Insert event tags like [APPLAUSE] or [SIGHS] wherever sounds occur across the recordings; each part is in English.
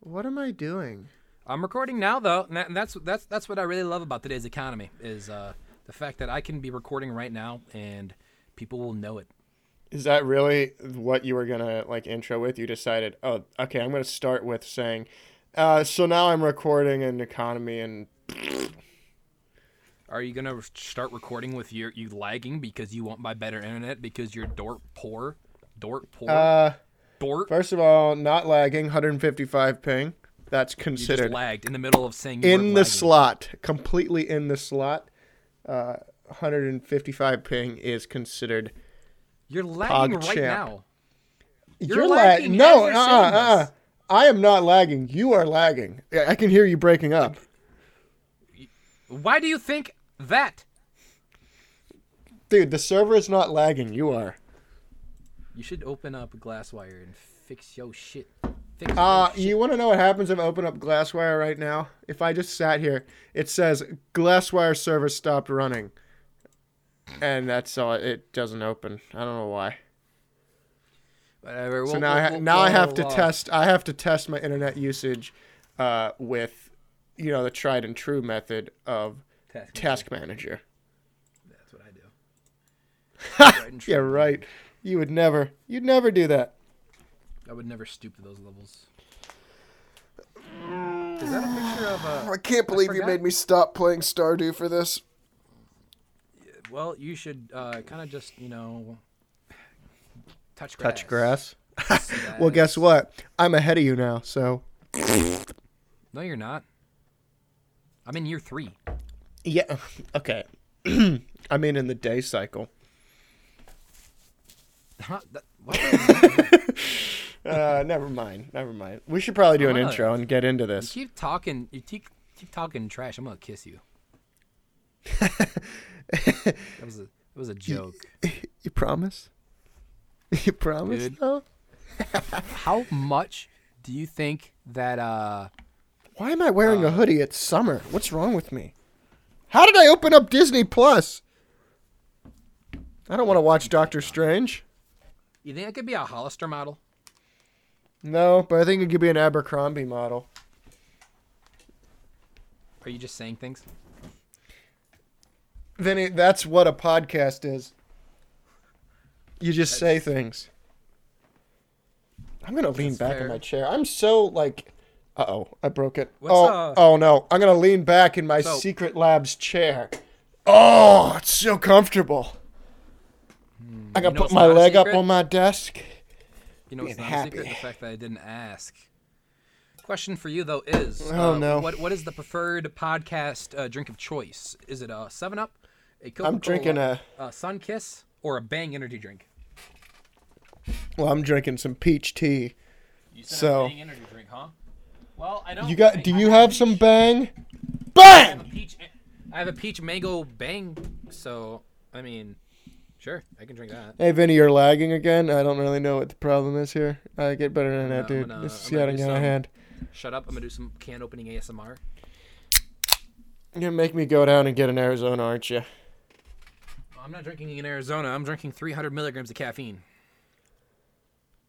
What am I doing? I'm recording now though, and, that, and that's that's that's what I really love about today's economy is uh, the fact that I can be recording right now and people will know it. Is that really what you were gonna like intro with? You decided, oh, okay, I'm gonna start with saying, uh, so now I'm recording an economy and Are you gonna start recording with your you lagging because you want my better internet because you're dork poor, dork poor, uh, dork? You first of all, not lagging, 155 ping. That's just considered lagged in the middle of saying you in the weren't lagging. slot, completely in the slot. Uh, 155 ping is considered. You're lagging right PogChamp. now. You're lag- lagging No, as you're uh, saying uh, this. I am not lagging. You are lagging. I I can hear you breaking up. Why do you think that? Dude, the server is not lagging. You are. You should open up Glasswire and fix yo shit. Fix your Uh, shit. you want to know what happens if I open up Glasswire right now? If I just sat here, it says Glasswire server stopped running. And that's all. It doesn't open. I don't know why. Whatever. So we'll- now I ha- we'll- now I we'll- have to uh, test. I have to test my internet usage, uh, with, you know, the tried and true method of Task Task Manager. That's what [LAUGHS] I do. Right and Yeah, true. right. You would never. You'd never do that. I would never stoop to those levels. Is that a picture [SIGHS] of a? can't believe you made me stop playing Stardew for this. Well, you should uh, kind of just you know touch grass. Touch grass. [LAUGHS] See that? Well, guess what? I'm ahead of you now, so No, you're not. I'm in year three. [LAUGHS] Yeah. [SIGHS] Okay. [CLEARS THROAT] I mean, in the day cycle. Huh? That- [LAUGHS] what? Uh, never mind. Never mind. We should probably do an I'm gonna- intro and get into this. keep talking. You keep keep talking trash. I'm gonna [LAUGHS] kiss you. that was a that was a joke. You promise? [LAUGHS] You promise? Dude. Though? How much do you think that uh? Why am I wearing a hoodie? It's summer. What's wrong with me? How did I open up Disney Plus? I don't want to watch Doctor Strange. You think I could be a Hollister model? No, but I think it could be an Abercrombie model. Are you just saying things? Vinny, that's what a podcast is. You just say things. I'm gonna lean That's back fair. in my chair. I'm so like, uh oh, I broke it. What's, oh, uh, oh no, I'm gonna lean back in my So- secret labs chair. Oh, it's so comfortable. I Hmm. You gotta know put what's my not a leg up secret? on my desk. You know, it's not being a secret the happy. fact that I didn't ask. Question for you though is, uh, Oh, no. what what is the preferred podcast uh, drink of choice? Is it a Seven Up, a Coca-Cola, I'm drinking a. a Sun Kiss, or a Bang Energy drink? Well, I'm drinking some peach tea. You said a So- Bang Energy drink, huh? Well, Oh, I don't. You got? Do you have some bang? Bang! peach? I have a peach mango Bang. So I mean, sure, I can drink that. Hey Vinny, you're lagging again. I don't really know what the problem is here. Uh, get better than that, No, I'm dude. gonna- this is I'm gonna getting do out of some- hand. Shut up! I'm gonna do some can opening ASMR. You're gonna make me go down and get an Arizona, aren't you? I'm not drinking in Arizona. I'm drinking 300 milligrams of caffeine.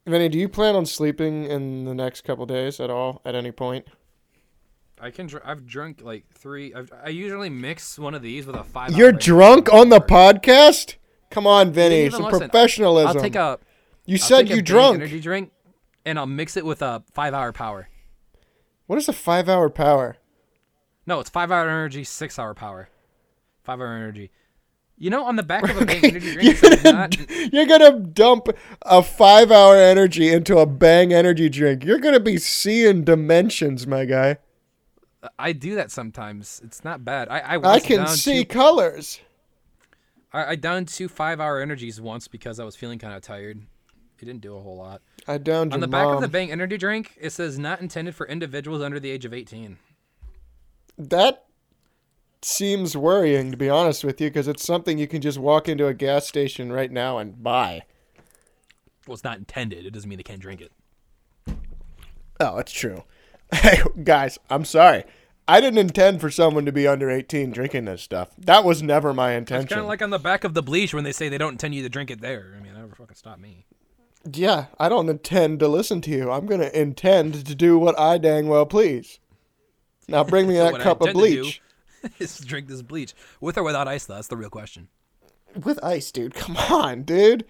Vinny, do you plan on sleeping in the next couple days at all? At any point? I can. Dr- I've drunk like three. I've, I usually mix one of these with a five. You're Outbreak. drunk on the podcast? Come on, Vinny. even Some listen. professionalism. I'll take a. I'll you take said a you Bang drunk. energy drink, and I'll mix it with a five hour power. What is a five-hour power? No, it's five hour energy, six hour power, five hour energy. You know, on the back of [LAUGHS] a Bang energy drink, You're it's gonna, not, you're gonna dump a five-hour energy into a Bang energy drink. You're gonna be seeing dimensions, my guy. I do that sometimes. It's not bad. I I, I was can down see Two, colors. I, I downed two five hour energies once because I was feeling kind of tired. It didn't do a whole lot. I downed On your the back mom. of the Bang energy drink, it says not intended for individuals under the age of eighteen. That seems worrying, to be honest with you, because it's something you can just walk into a gas station right now and buy. Well, it's not intended. It doesn't mean they can't drink it. Oh, that's true. [LAUGHS] Hey, guys, I'm sorry. I didn't intend for someone to be under 18 drinking this stuff. That was never my It's kind intention. of like on the back of the bleach when they say they don't intend you to drink it there. I mean, that never fucking stop me. Yeah, I don't intend to listen to you. I'm gonna intend to do what I dang well please. Now bring [LAUGHS] me that What I cup of intend to do bleach [LAUGHS] is drink this bleach with or without ice. Though that's the real question. with ice, dude. [LAUGHS] Come on, dude.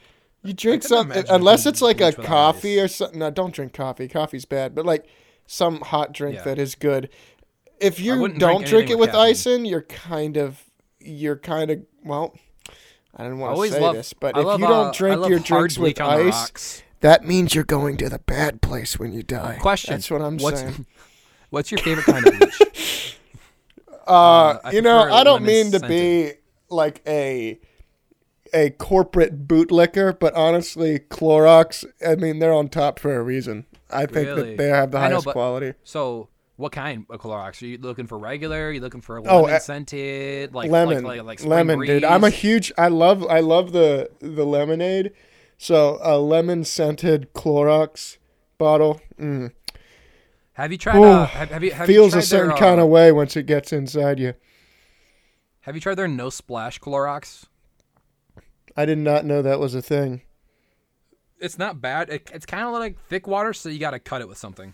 You drink couldn't something imagine unless drinking it's like a bleach without coffee or something. No, don't drink coffee. Coffee's bad. But like some hot drink Yeah. that is good. If you wouldn't drink don't drink anything it with with ice in, you're kind of you're kind of well. I didn't I want to always say love this, but I if love, you uh, I don't drink love your hard drinks bleach with on the ice, rocks. that means you're going to the bad place when you die. Question. That's what I'm what's, saying. [LAUGHS] What's your favorite kind of bleach? [LAUGHS] Uh, I you know, prefer I don't lemon mean to be scented. like a a corporate bootlicker, but honestly, Clorox. I mean, they're on top for a reason. I think Really? that they have the I know, highest but- quality. So, what kind of Clorox? Are you looking for regular? Are you looking for Oh, lemon uh, scented? Like lemon, like, like, like spring lemon, breeze? dude. I'm a huge. I love. I love the the lemonade. So a lemon scented Clorox bottle mm, Have you tried? Uh, Ooh, have, have you have you feels tried a certain their, kind uh, of way once it gets inside you. Have you tried their no splash Clorox? I did not know that was a thing. It's not bad. It, it's kind of like thick water, so you got to cut it with something.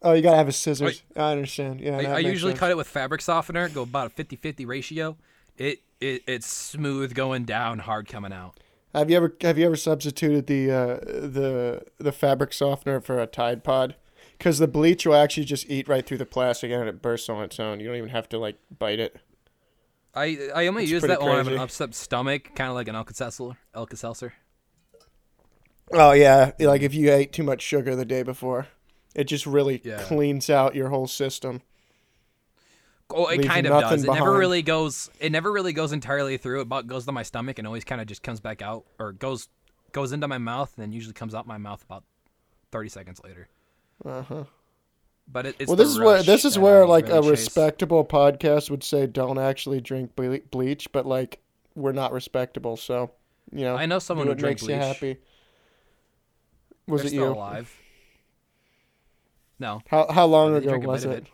Oh, you gotta have a scissors. I understand. Yeah, I, that I makes usually sense. cut it with fabric softener. Go about a 50-50 ratio. It, it it's smooth going down, hard coming out. Have you ever have you ever substituted the uh, the the fabric softener for a Tide Pod? Because the bleach will actually just eat right through the plastic and it bursts on its own. You don't even have to like bite it. I I only use pretty that when I have an crazy. upset stomach, kind of like an Alka-Seltzer. Alka-Seltzer. Oh yeah, like if you ate too much sugar the day before, it just really Yeah. cleans out your whole system. Oh, it leaving kind of nothing does. It never behind. really goes. It never really goes entirely through. It about goes to my stomach and always kind of just comes back out or goes goes into my mouth and then usually comes out my mouth about thirty seconds later. Uh huh. But it, it's Well, the this is where this rush is that where I like really a chase. respectable podcast would say don't actually drink ble- bleach, but like we're not respectable, so you know. I know someone do who what drinks makes bleach. you happy. Was They're it still you? alive. No, How how long Or did you ago drink a was bit of it? it?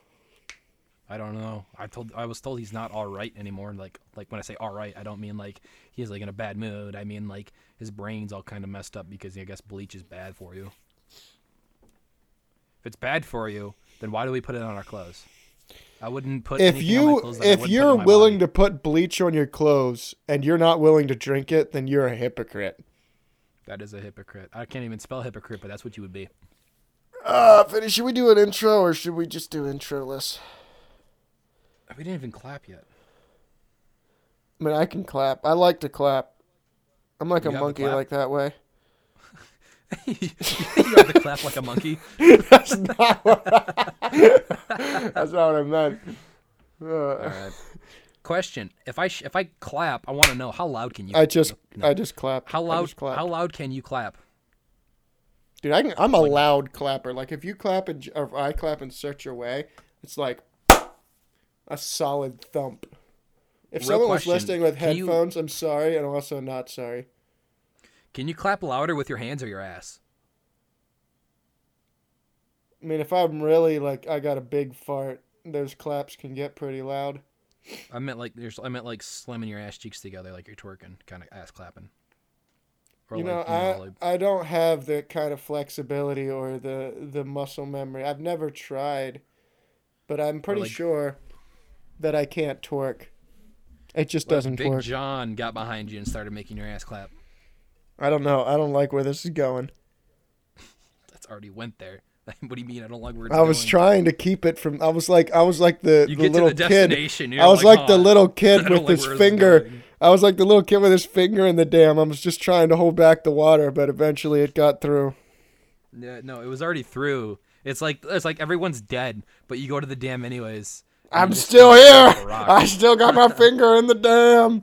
I don't know. I told I was told he's not all right anymore. Like like when I say all right, I don't mean like he's like in a bad mood. I mean like his brain's all kind of messed up because I guess bleach is bad for you. If it's bad for you, then why do we put it on our clothes? I wouldn't put If anything on my you clothes that I if wouldn't put you're on my willing body. to put bleach on your clothes and you're not willing to drink it, then you're a hypocrite. that is a hypocrite. I can't even spell hypocrite, but that's what you would be. Uh, Finny, should we do an intro or should we just do introless? We didn't even clap yet. I mean, I can clap. I like to clap. I'm like You a have a monkey, clap? like that way. [LAUGHS] you have to clap like a monkey. [LAUGHS] That's not what I, that's not what I meant. All Uh, right. Question: If I sh- if I clap, I want to know how loud can you? I just No. I just clapped. How I loud? just clapped. How loud can you clap? Dude, I can, I'm a loud clapper. Like if you clap and or if I clap in such a way, it's like a solid thump. If Real someone question, was listening with can you- headphones, I'm sorry, and also not sorry. Can you clap louder with your hands or your ass? I mean, if I'm really like I got a big fart, those claps can get pretty loud. I meant like there's. I meant like slamming your ass cheeks together like you're twerking, kind of ass clapping. Or you know, like, I like- I don't have the kind of flexibility or the the muscle memory. I've never tried, but I'm pretty like- sure that I can't twerk. It just like doesn't Big work. John got behind you and started making your ass clap. I don't know. I don't like where this is going. That's already went there. [LAUGHS] what do you mean? I don't like where it's I was going? trying to keep it from. I was like, I was like the, You the get to little the kid. destination. you're I was like, the "Huh, little [LAUGHS] I kid don't with like his where this is finger. going." I was like the little kid with his finger in the dam. I was just trying to hold back the water, but eventually it got through. Yeah, no, it was already through. It's like it's like everyone's dead, but you go to the dam anyways. and you I'm just still kinda here. clap like a [LAUGHS] rock. I still got [LAUGHS] my finger in the dam.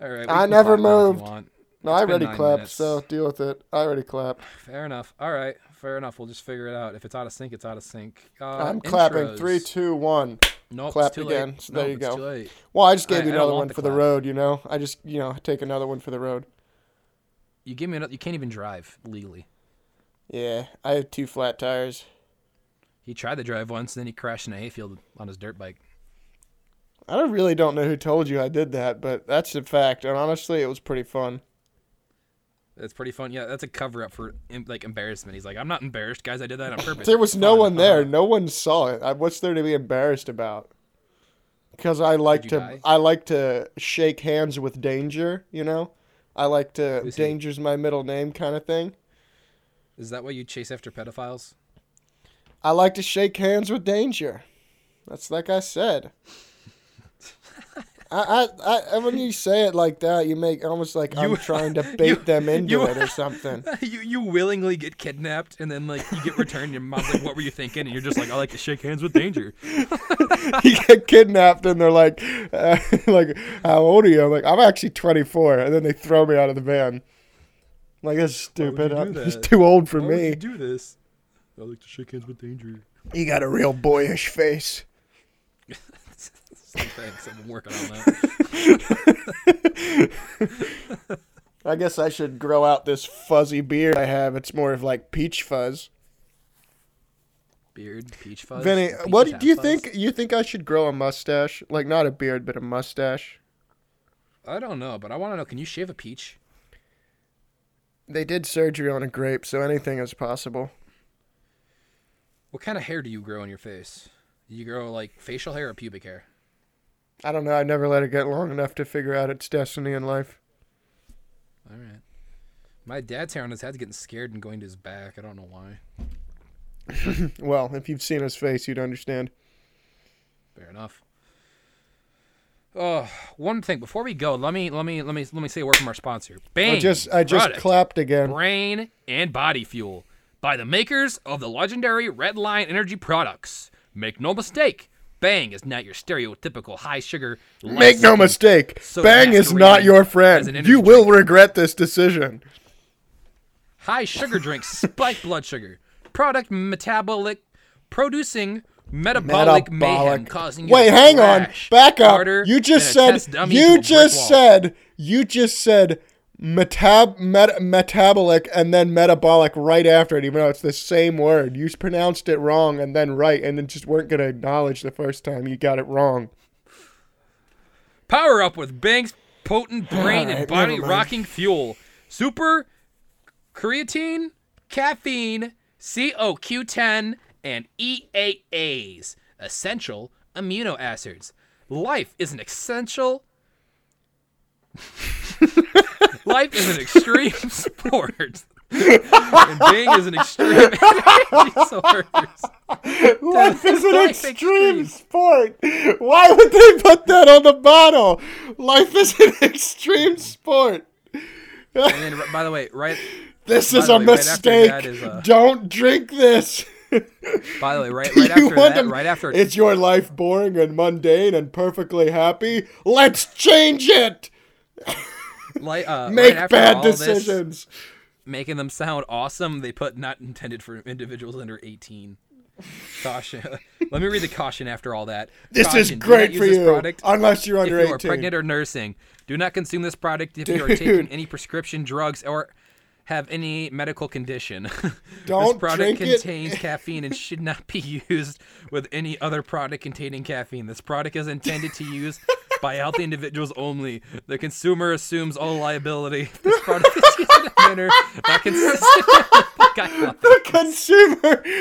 All right, we I can never clap now if you moved. want. No, It's I been already nine clapped, minutes. so deal with it. I already clapped. Fair enough. All right, fair enough. We'll just figure it out. If it's out of sync, it's out of sync. Uh, I'm clapping. intros. Three, two, one. Nope, clap it's too again. Late. So there Nope, you it's go. too late. Well, I just gave I- you I don't another want one the for the clap. road. You know, I just you know take another one for the road. You give me another. You can't even drive legally. Yeah, I have two flat tires. He tried to drive once, and then he crashed in a hayfield on his dirt bike. I don't- really don't know who told you I did that, but that's a fact. And honestly, it was pretty fun. That's pretty fun. Yeah, that's a cover up for em- like embarrassment. He's like, I'm not embarrassed, guys. I did that on purpose. There was It's no fun. one there. Uh, No one saw it. I- What's there to be embarrassed about? Because I like you to die? I like to shake hands with danger. You know, I like to Who's he? danger's my middle name kind of thing. Is that why you chase after pedophiles? I like to shake hands with danger. That's like I [LAUGHS] said. I, I, I when you say it like that, you make almost like I'm You- trying to bait [LAUGHS] you- them into you- it or something. [LAUGHS] you you willingly get kidnapped and then like you get returned. Your mom's like, "What were you thinking?" And you're just like, "I like to shake hands with danger." [LAUGHS] you get kidnapped and they're like, uh, [LAUGHS] like how old are you? I'm like I'm actually 24, and then they throw me out of the van. I'm like that's would you stupid. do I'm [LAUGHS] that? just too old [LAUGHS] for me. You, do this? I like to shake hands with danger. got a real boyish face. Thanks. I've been working on that. I guess I should grow out this fuzzy beard I have. It's more of like peach fuzz. [LAUGHS] Beard, peach fuzz. Vinny, peach what tap do you fuzz. think? You think I should grow a mustache? Like not a beard, but a mustache. I don't know, but I want to know. Can you shave a peach? They did surgery on a grape, so anything is possible. What kind of hair do you grow on your face? Do you grow like facial hair or pubic hair? I don't know. I never let it get long enough to figure out its destiny in life. All right. My dad's hair on his head's getting scared and going to his back. I don't know why. Well, if you've seen his face, you'd understand. Fair enough. Oh, one thing before we go, let me let me let me let me say a word from our sponsor. Bang! I just I just Product, clapped again. brain and body fuel by the makers of the legendary Red Line Energy products. Make no mistake, Bang is not your stereotypical high sugar. Make no mistake, So Bang is masquerading not your as an friend. energy You will regret this decision. [LAUGHS] High [LAUGHS] sugar drinks spike blood sugar. Product metabolic producing metabolic, mayhem causing you Wait, to hang on. crash Back up. harder You just than a said test dummy to a you brick just wall. said you just said metab met, metabolic and then metabolic right after it even though it's the same word. You s- pronounced it wrong and then right and then just weren't going to acknowledge the first time you got it wrong. Power up with Bang's potent Alright, brain and never body mind. rocking fuel. Super creatine, caffeine, COQ10, and EAAs, essential amino acids. Life is an essential. [LAUGHS] Life is an extreme [LAUGHS] sport. and Bang is an extreme [LAUGHS] energy source. Life is an extreme Life extreme. sport. Why would they put that on the bottle? Life is an [LAUGHS] extreme sport. And then, by the way, right This By is the a way, right after mistake. that is, uh, Don't drink this. [LAUGHS] by the way, right, Do right [LAUGHS] you after want that, to- right after It's your life boring and mundane and perfectly happy. Let's change it. like uh, Make right after bad all this, decisions. making them sound awesome, they put not intended for individuals under 18. Caution. [LAUGHS] Let me read the caution after all that. This, is Caution, do not great use for this you, product unless you're if under you are 18. pregnant or nursing. Do not consume this product if you are Dude. taking any prescription drugs or have any medical condition. [LAUGHS] Don't this product drink it. contains [LAUGHS] caffeine and should not be used with any other product containing caffeine. This product is intended to use by healthy individuals only. The consumer assumes all liability. [LAUGHS] This product is used in a manner not consistent with the [LAUGHS] guidelines. the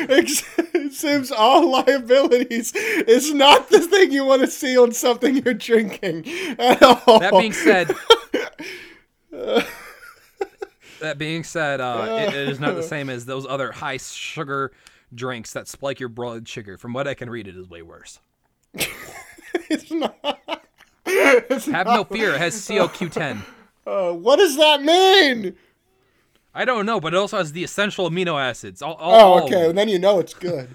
consumer [LAUGHS] assumes all liabilities is not the thing you want to see on something you're drinking at all. That being said, that being said, uh, it- it is not the same as those other high sugar drinks that spike your blood sugar. From what I can read, it is way worse. it's not. It's Have no not- [LAUGHS] fear. It has COQ10. Uh, what does that mean? I don't know, but it also has the essential amino acids. All, all, all Oh, of okay. them. And then you know it's good.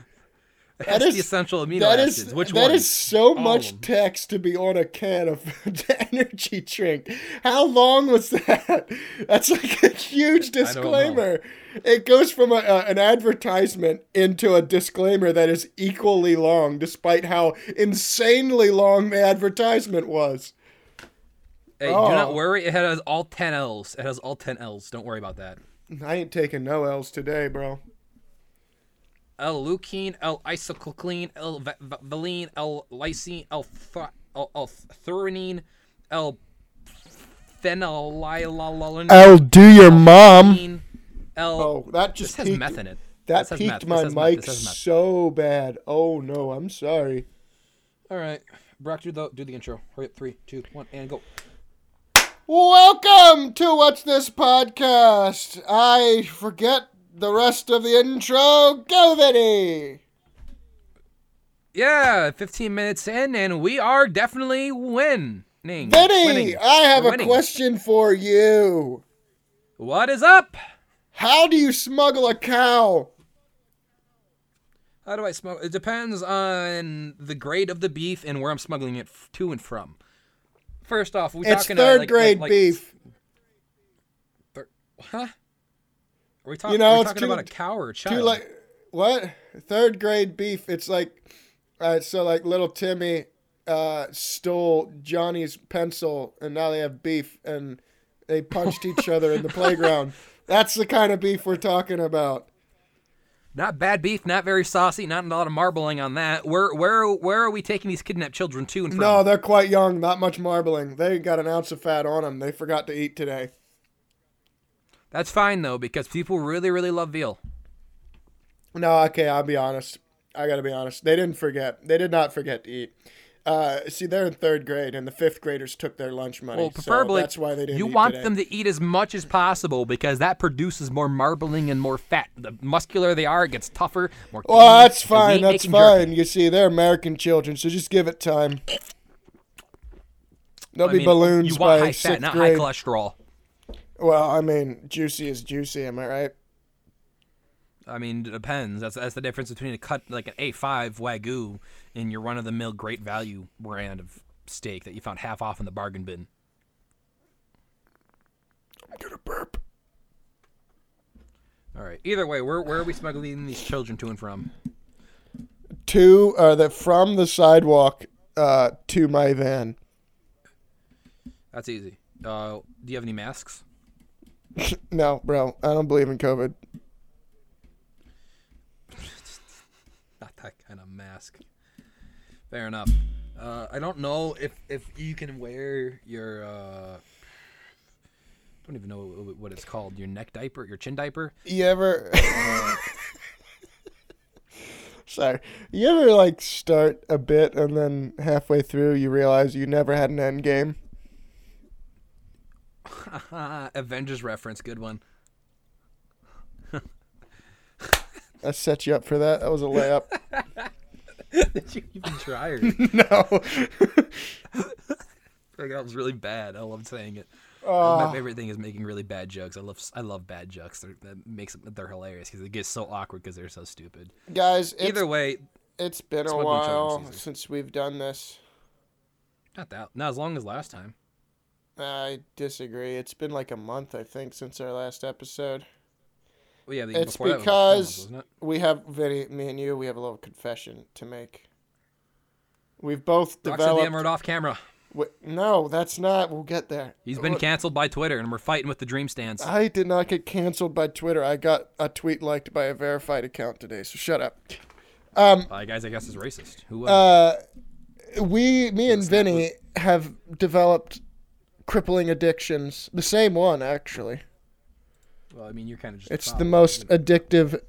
It that has is- the essential amino That acids. is Which that one? is so of much them. text to be on a can of [LAUGHS] energy drink. How long was that? [LAUGHS] That's like a huge I don't know. disclaimer. It goes from a, a, an advertisement into a disclaimer that is equally long, despite how insanely long the advertisement was. hey, do oh. not worry. It has all 10 L's. It has all 10 L's. Don't worry about that. I ain't taking no L's today, bro. L-leucine, L-isocycline, L-va- va- valine, L-lysine, L-threonine, L phenylalanine. I'll do your mom. L. Um, Oh, that this just has peaked, meth in it. that This has meth. peaked This my has meth. mic This has meth. so bad. Oh no, I'm sorry. All right, Brock, do the do the intro. Hurry up, three, two, one, and go. Welcome to What's This Podcast. I forget the rest of the intro. Go, Vinny. Yeah, 15 minutes in, and we are definitely winning. Vinny, Winning. I have We're a winning. question for you. What is up? How do you smuggle a cow? How do I smuggle? It depends on the grade of the beef and where I'm smuggling it f- to and from. First off, we It's talking third uh, like, grade like, like- beef. thir- huh? Are we talking? You know, are we it's talking too- about a cow or a child? Too like what? Third grade beef. It's like, uh, so like little Timmy uh, stole Johnny's pencil, and now they have beef, and they punched each other [LAUGHS] in the playground. That's the kind of beef we're talking about. Not bad beef, not very saucy, not a lot of marbling on that. Where where where are we taking these kidnapped children to and from? No, they're quite young. Not much marbling. They got an ounce of fat on them. They forgot to eat today. That's fine though, because people really really love veal. No, okay, I'll be honest. I gotta be honest. They didn't forget. They did not forget to eat. Uh, see, they're in third grade, and the fifth graders took their lunch money. Well, so preferably that's why they didn't. You eat want today. them to eat as much as possible because that produces more marbling and more fat. The muscular they are, it gets tougher. More. Well, lean, that's and lean, fine. they That's can jerk. fine. You see, they're American children, so just give it time. They'll I be mean, balloons You want by high sixth fat, not grade. high cholesterol. well, I mean, juicy is juicy. Am I right? I mean, it depends. That's that's the difference between a cut like an A5 wagyu and your run of the mill great value brand of steak that you found half off in the bargain bin. I'm gonna burp. All right. Either way, where where are we smuggling these children to and from? Two are the uh, from the sidewalk uh, to my van. [LAUGHS] That's easy. Uh, do you have any masks? [LAUGHS] No, bro, I don't believe in COVID. Not that kind of mask. Fair enough. Uh, I don't know if if you can wear your. Uh, I don't even know what- what it's called. Your neck diaper, your chin diaper. You ever? [LAUGHS] Sorry. You ever like start a bit and then halfway through you realize you never had an end game? [LAUGHS] Avengers reference, good [LAUGHS] one. I set you up for that. That was a layup. Did you even try? Or... [LAUGHS] no. [LAUGHS] Like, [LAUGHS] that was really bad. I love saying it. Uh, Ah. My favorite thing is making really bad jokes. I love I love bad jokes. They're, that makes they're hilarious because it gets so awkward because they're so stupid. Guys, it's, Either way, it's been a what we chose, while Caesar. since we've done this. not that not as long as last time. I disagree. It's been like a month, I think, since our last episode. Well, yeah, the- It's before that was like four months, because- wasn't it? We have Vinny, me and you. We have a little confession to make. We've both Brock said the developed. Emerald off camera. Wait, no, that's not. We'll get there. He's been Look, canceled by Twitter, and we're fighting with the dream stands. I did not get canceled by Twitter. I got a tweet liked by a verified account today. So shut up. Uh, guys, I guess is racist. Who? Uh, Uh, we, me and Vinny, have developed crippling addictions. The same one, actually. well, I mean, you're kind of just. a It's the follower. most addictive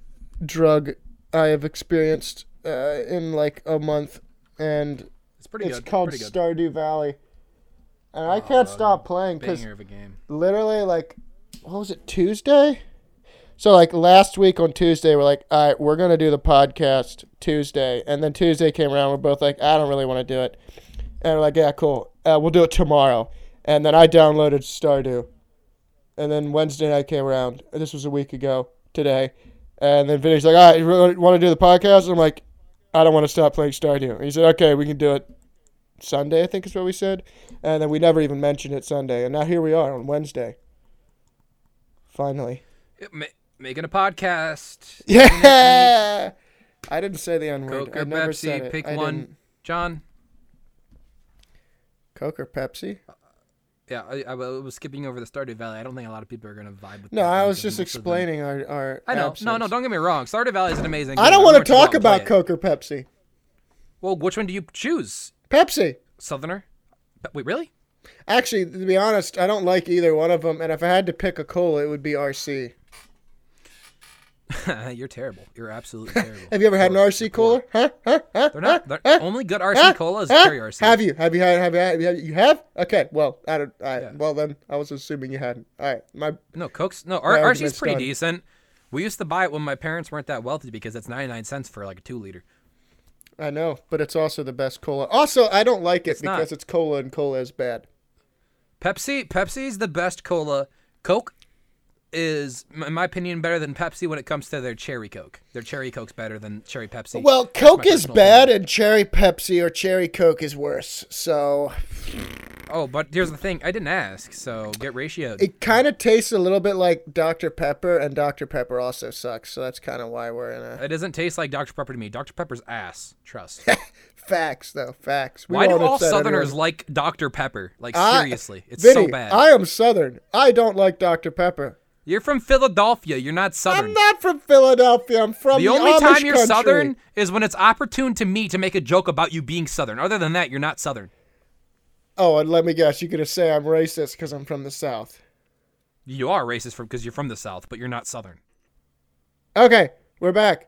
drug I have experienced uh, in like a month, and It's pretty it's good. called pretty good. Oh, Stardew Valley. And I can't stop playing because Banger of a game. literally, like, what was it Tuesday? So like last week on Tuesday, we're like, all right, we're gonna do the podcast Tuesday, and then Tuesday came around, we're both like, I don't really want to do it, and we're like, yeah, cool, uh, we'll do it tomorrow, and then I downloaded Stardew, and then Wednesday night came around. and This was a week ago today, and then Vinny's like, all right, you really want to do the podcast? And I'm like, I don't want to stop playing Stardew. And he said, okay, we can do it Sunday, I think is what we said, and then we never even mentioned it Sunday, and now here we are on Wednesday. Finally. It ma- making a podcast. [LAUGHS] Yeah. I didn't say the N word. Coke I or never said Pepsi? it. Pick I one. didn't. John. Coke or Pepsi? Yeah, I, I was skipping over the Stardew Valley. I don't think a lot of people are gonna vibe with. No, that I game was because just most of them- explaining our our. I know. No, no, absence. don't get me wrong. Stardew Valley is an amazing. Game. I don't want to want you go out talk and play about it. Coke or Pepsi. Well, which one do you choose, Pepsi. Southerner? Pe- Wait, really? [LAUGHS] Actually, to be honest, I don't like either one of them. And if I had to pick a cola, it would be RC. You're terrible. [LAUGHS] You're absolutely terrible. Have you Eh? ever had an RC cola? Huh? Huh? Huh? They're not. They're only good RC cola is cherry RC. Eh, Have you? Have you had? Have you? Have you, had- you have? Okay. Well, I don't. I, Yeah. Well, then I was assuming you hadn't. All right. My No, Coke's no. R- RC's argument's pretty done. decent. We used to buy it when my parents weren't that wealthy because it's 99 cents for like a two liter. I know, but it's also the best cola. Also, I don't like it not. because it's cola and cola is bad. Pepsi Pepsi's the best cola. Coke is, m- in my opinion, better than Pepsi when it comes to their cherry Coke. Their cherry Coke's better than cherry Pepsi. Well, Coke is personal bad and cherry Pepsi or cherry Coke is worse. So oh, but here's the thing: I didn't ask, so get ratioed. it kind of tastes a little bit like Dr. Pepper, and Dr. Pepper also sucks. So that's kind of why we're in a. It doesn't taste like Dr Pepper to me. Dr Pepper's ass. [LAUGHS] Trust. Facts, though. Facts. We Why do won't all upset Southerners anyone. like Dr Pepper? Like I- seriously, it's so Vinny, bad. I am Southern. I don't like Dr. Pepper. You're from Philadelphia. You're not Southern. I'm not from Philadelphia. I'm from the, the, only Amish time you're country. Southern is when it's opportune to me to make a joke about you being Southern. Other than that, you're not Southern. Oh, and let me guess, you're gonna say I'm racist because I'm from the South. You are racist from because you're from the South, but you're not Southern. Okay, we're back.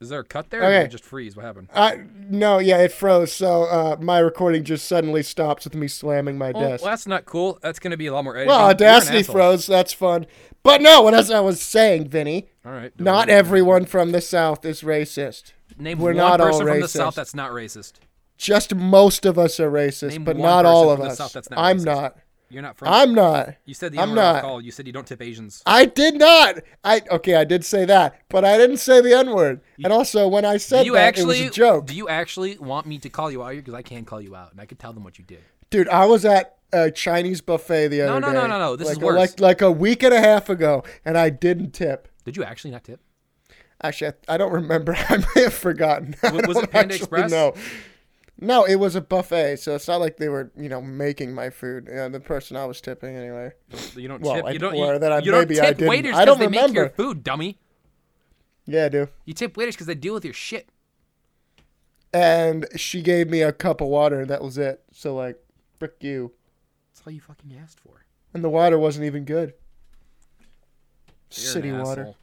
Is there a cut there? Or did Okay. it just freeze? What happened? I no, yeah, it froze. So uh, my recording just suddenly stops with me slamming my Oh, Well, desk. Well, that's not cool. That's going to be a lot more editing. You're an Audacity asshole. froze. That's fun. But no, what else I was saying, Vinny? All right. don't Not worry. everyone from the South is racist. Name We're one not all person from the South racist. that's not racist. Just most of us are racist, Name but one not all person of from the us. South that's not I'm racist. not. You're not from. I'm not. you said the I'm I'm not. not. call. You said you don't tip Asians. I did not. I okay. I did say that, but I didn't say the N word. And also, when I Do said you that, actually it was a joke. Do you actually want me to call you out here? Because I can call you out, and I could tell them what you did. Dude, I was at a Chinese buffet the other no, day. no, no, no, this like, is worse. Like, like a week and a half ago, and I didn't tip. Did you actually not tip? Actually, I, I don't remember. [LAUGHS] I may have forgotten. I was it don't Panda actually Express? know. No, it was a buffet, so it's not like they were, you know, making my food. Yeah, the person I was tipping, anyway. You don't Well, tip. I- you don't. or you, that I- you don't maybe tip I didn't. waiters I 'cause don't they make your remember. food, dummy. Yeah, I do. You tip waiters because they deal with your shit. And she gave me a cup of water, and that was it. So like, frick you. That's all you fucking asked for. And the water wasn't even good. You're an City water. asshole.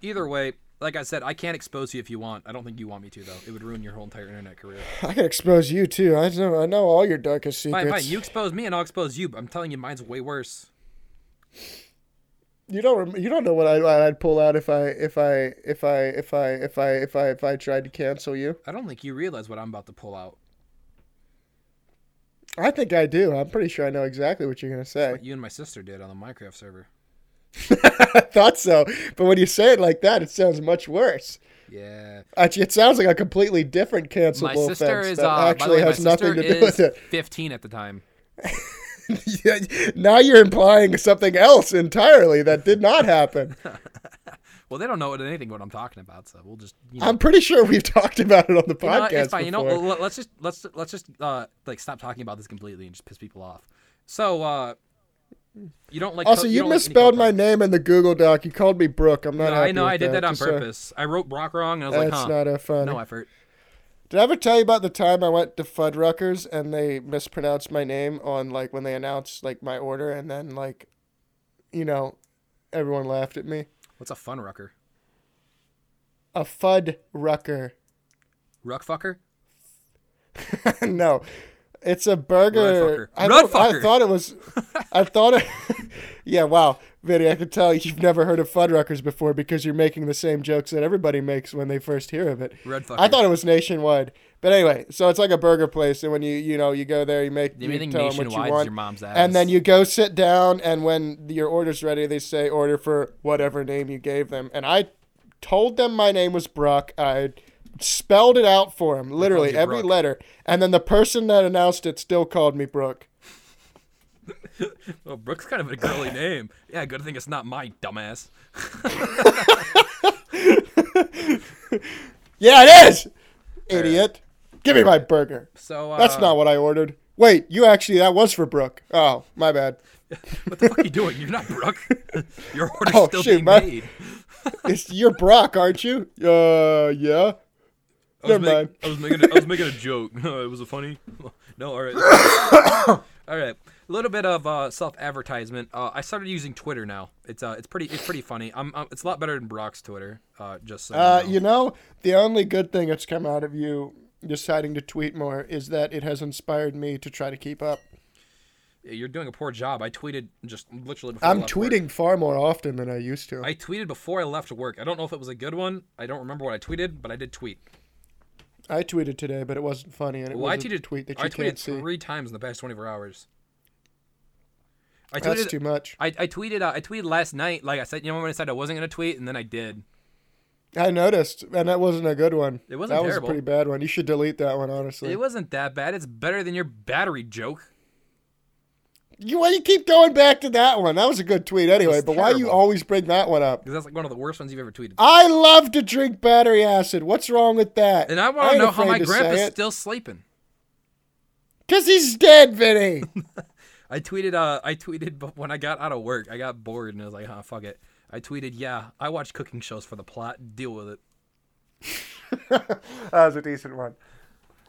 Either way, like I said, I can't expose you if you want. I don't think you want me to though. It would ruin your whole entire internet career. I can expose you too. I know. I know all your darkest secrets. Fine, fine. You expose me, and I'll expose you. But I'm telling you, mine's way worse. You don't. Rem- you don't know what I, what I'd pull out if I if I if I if I if I if I if I tried to cancel you. I don't think you realize what I'm about to pull out. I think I do. I'm pretty sure I know exactly what you're gonna say. What you and my sister did on the Minecraft server. [LAUGHS] I thought so, but when you say it like that, it sounds much worse. Yeah. Actually, it sounds like a completely different cancelable My sister offense is that uh, actually by the way, has my sister nothing to do with is it. [LAUGHS] 15 at the time. Yeah, now you're implying something else entirely that did not happen. Well, they don't know anything what I'm talking about, so we'll just. You know, I'm pretty sure we've talked about it on the You know podcast what, it's fine. You know, before. l- let's just let's let's just uh like stop talking about this completely and just piss people off. So uh you don't like. also, co- you, don't like any misspelled my co-products. name in the Google Doc. You called me Brooke. I'm not No, happy I know. with I did that, on Just, uh, purpose. I wrote Brock wrong, and I That's was like, huh, not a fun. no effort. Did I ever tell you about the time I went to Fuddruckers and they mispronounced my name on like when they announced like my order and then like, you know, everyone laughed at me. What's a fun rucker? A Fuddrucker. Ruck fucker? [LAUGHS] no, it's a burger. Rudfucker. I, don't- I Rudfucker. thought it [LAUGHS] was. I thought it. [LAUGHS] yeah, wow, Vinny, I can tell you've never heard of Fuddruckers before because you're making the same jokes that everybody makes when they first hear of it. Red fucker. I thought it was nationwide. But anyway, so it's like a burger place, and when you you know you go there, you make The you only thing tell them what nationwide you is want, your mom's ass. and then you go sit down, and when your order's ready, they say order for whatever name you gave them. And I told them my name was Brock. I spelled it out for him, literally you every Brooke. letter. And then the person that announced it still called me Brooke. Oh, Brooke's kind of [LAUGHS] a girly name. Yeah, good thing it's not my dumbass. Yeah, it is, idiot. Give me my burger. So uh, That's not what I ordered. Wait, you actually that was for Brooke. Oh, my bad. what the fuck are you doing. You're not [LAUGHS] Brooke. Your order's Oh, still shoot, being my- made. It's you're Brock, aren't you? Uh, yeah. I was Never [LAUGHS] make- I was making a, I was making a joke. it was a funny. No, all right. [COUGHS] All right, a little bit of uh, self-advertisement. Uh, I started using Twitter now. It's uh, it's pretty it's pretty funny. I'm, i it's a lot better than Brock's Twitter. Uh, just so you Uh, know. you know, the only good thing that's come out of you deciding to tweet more is that it has inspired me to try to keep up. you're doing a poor job. I tweeted just literally. Before I I'm left work. tweeting far more often than I used to. I tweeted before I left work. I don't know if it was a good one. I don't remember what I tweeted, but I did tweet. I tweeted today, but it wasn't funny, and it Well, I was a tweeted tweet that you I tweeted can't see. three times in the past 24 hours. I That's tweeted. too much. I, I tweeted. Uh, I tweeted last night. Like I said, you know when I said I wasn't gonna tweet, and then I did. I noticed, and that wasn't a good one. It wasn't That was a terrible. pretty bad one. You should delete that one, honestly. It wasn't that bad. It's better than your battery joke. You why you keep going back to that one? That was a good tweet anyway, was but why you terrible. always bring that one up? Because that's like one of the worst ones you've ever tweeted. I love to drink battery acid. What's wrong with that? And I want to know how my grandpa's grandpa's still sleeping. Because he's dead, Vinny. I tweeted. Uh, I tweeted. But when I got out of work, I got bored and I was like, "Huh, fuck it." I tweeted, "Yeah, I watch cooking shows for the plot. Deal with it." that was a decent one.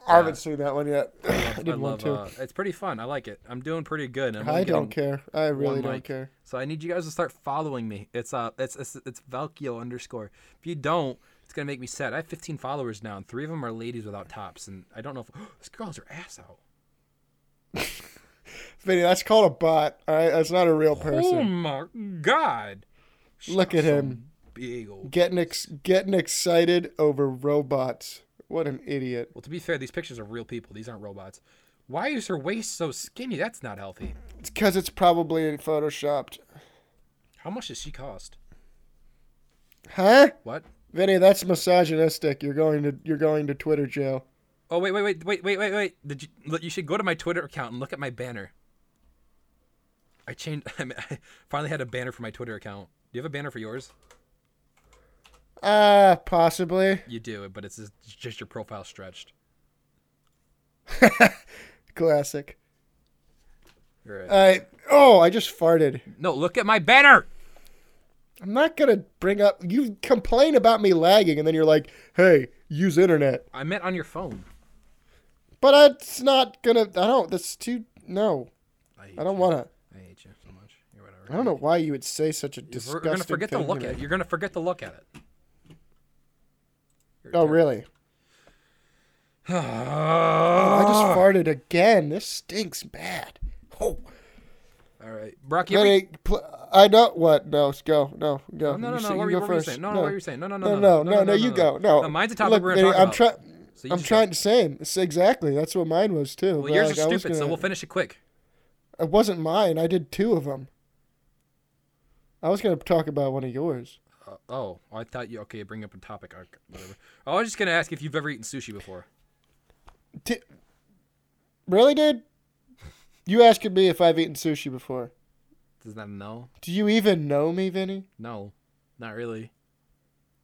I haven't seen that one yet. [CLEARS THROAT] I I didn't want love. to. Uh, it's pretty fun. I like it. I'm doing pretty good. and I'm only I don't getting care. I really um, one don't like. care. So I need you guys to start following me. It's uh, it's it's, it's Valkio underscore. If you don't, it's gonna make me sad. I have 15 followers now, and three of them are ladies without tops, and I don't know if [GASPS] this girl's her ass out. Vinny, that's called a bot. All right, that's not a real person. Oh my god! Look at him Big old. getting ex- getting excited over robots. What an idiot! Well, to be fair, these pictures are real people. These aren't robots. Why is her waist so skinny? That's not healthy. It's because it's probably photoshopped, How much does she cost? huh? What? Vinny, that's misogynistic. You're going to you're going to Twitter jail. Oh wait, wait, wait, wait, wait, wait, wait. Did you? look, You should go to my Twitter account and look at my banner. I changed. [LAUGHS] I, mean, I finally had a banner for my Twitter account. Do you have a banner for yours? Ah, possibly. You do, but it's just, it's just your profile stretched. Classic. All right. All right. Oh, I just farted. no, look at my banner. I'm not gonna bring up. You complain about me lagging, and then you're like, "Hey, use internet." I meant on your phone. But I- it's not gonna. I don't. That's too. No, I, hate I don't you. wanna. I hate you so much. You're whatever. I don't know why you would say such a You're- disgusting. We're gonna forget to thing look me. at it. You're gonna forget to look at it. [SIGHS] Oh You're terrible. really? I just Ah. farted again. This stinks bad. Oh, All right, Brock. You ever- Vinny, pl- I know what. No, go. No, go. no, no, You no. say- What you were you, go what were you first. saying? No, no, what were you saying? No, no, no, No, no, no, no. You go. No. mine's a topic Look, we're gonna Vinny, talk I'm about. trying. So you I'm just trying to same. It's exactly. That's what mine was too. Well, but, yours like, are I was stupid, so gonna- we'll finish it quick. It wasn't mine. I did two of them. I was gonna talk about one of yours. Uh, oh, I thought you okay. Bring up a topic. uh, Whatever. I was just gonna ask if you've ever eaten sushi before. Di- really, dude? You asking me if I've eaten sushi before? Does that no? Do you even know me, Vinny? No, not really.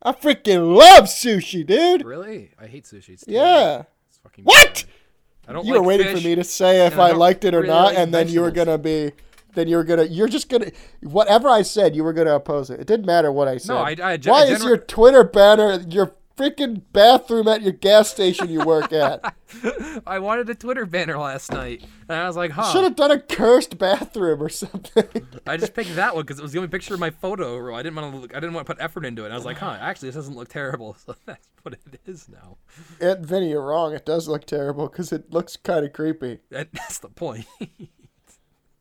I freaking love sushi, dude. Really, I hate sushi. It's terrible. Yeah. It's fucking What? bad. I don't. You like were waiting fish. for me to say if and I I, don't liked it or really not, like and then you were vegetables. gonna be, then you were gonna, you're just gonna, whatever I said, you were gonna oppose it. It didn't matter what I said. No, I- I gen- Why I is gener- your Twitter banner your freaking bathroom at your gas station you work at? [LAUGHS] I wanted a Twitter banner last night, and I was like, Should huh. have done a cursed bathroom or something. I just picked that one because it was the only picture of my photo. roll. I didn't want to look. I didn't want to put effort into it. And I was like, huh. Actually, this doesn't look terrible. [LAUGHS] So that's what it is now. And Vinny, you're wrong. It does look terrible because it looks kind of creepy. That, that's the point. [LAUGHS]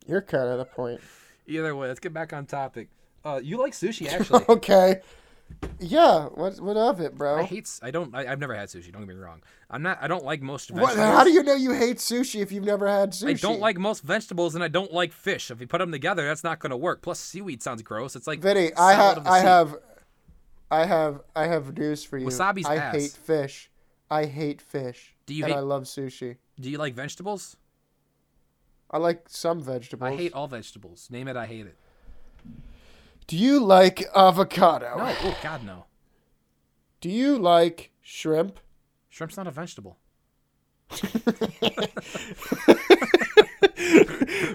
You're kind of the point. Either way, let's get back on topic. Uh, you like sushi, actually. Okay. Yeah. What what of it, I bro? hate. s- I don't. I, I've never had sushi. Don't get me wrong. I'm not. I don't like most What, vegetables. how do you know you hate sushi if you've never had sushi? I don't like most vegetables, and I don't like fish. If you put them together, that's not going to work. Plus, seaweed sounds gross. It's like Vinny. I salad of have a I sea. have I have I have news for you. Wasabi's I ass. hate fish. I hate fish. Do you and hate- I love sushi. Do you like vegetables? I like some vegetables. I hate all vegetables. Name it. I hate it. Do you like avocado? No. Oh God, no. Do you like shrimp? Shrimp's not a vegetable. [LAUGHS]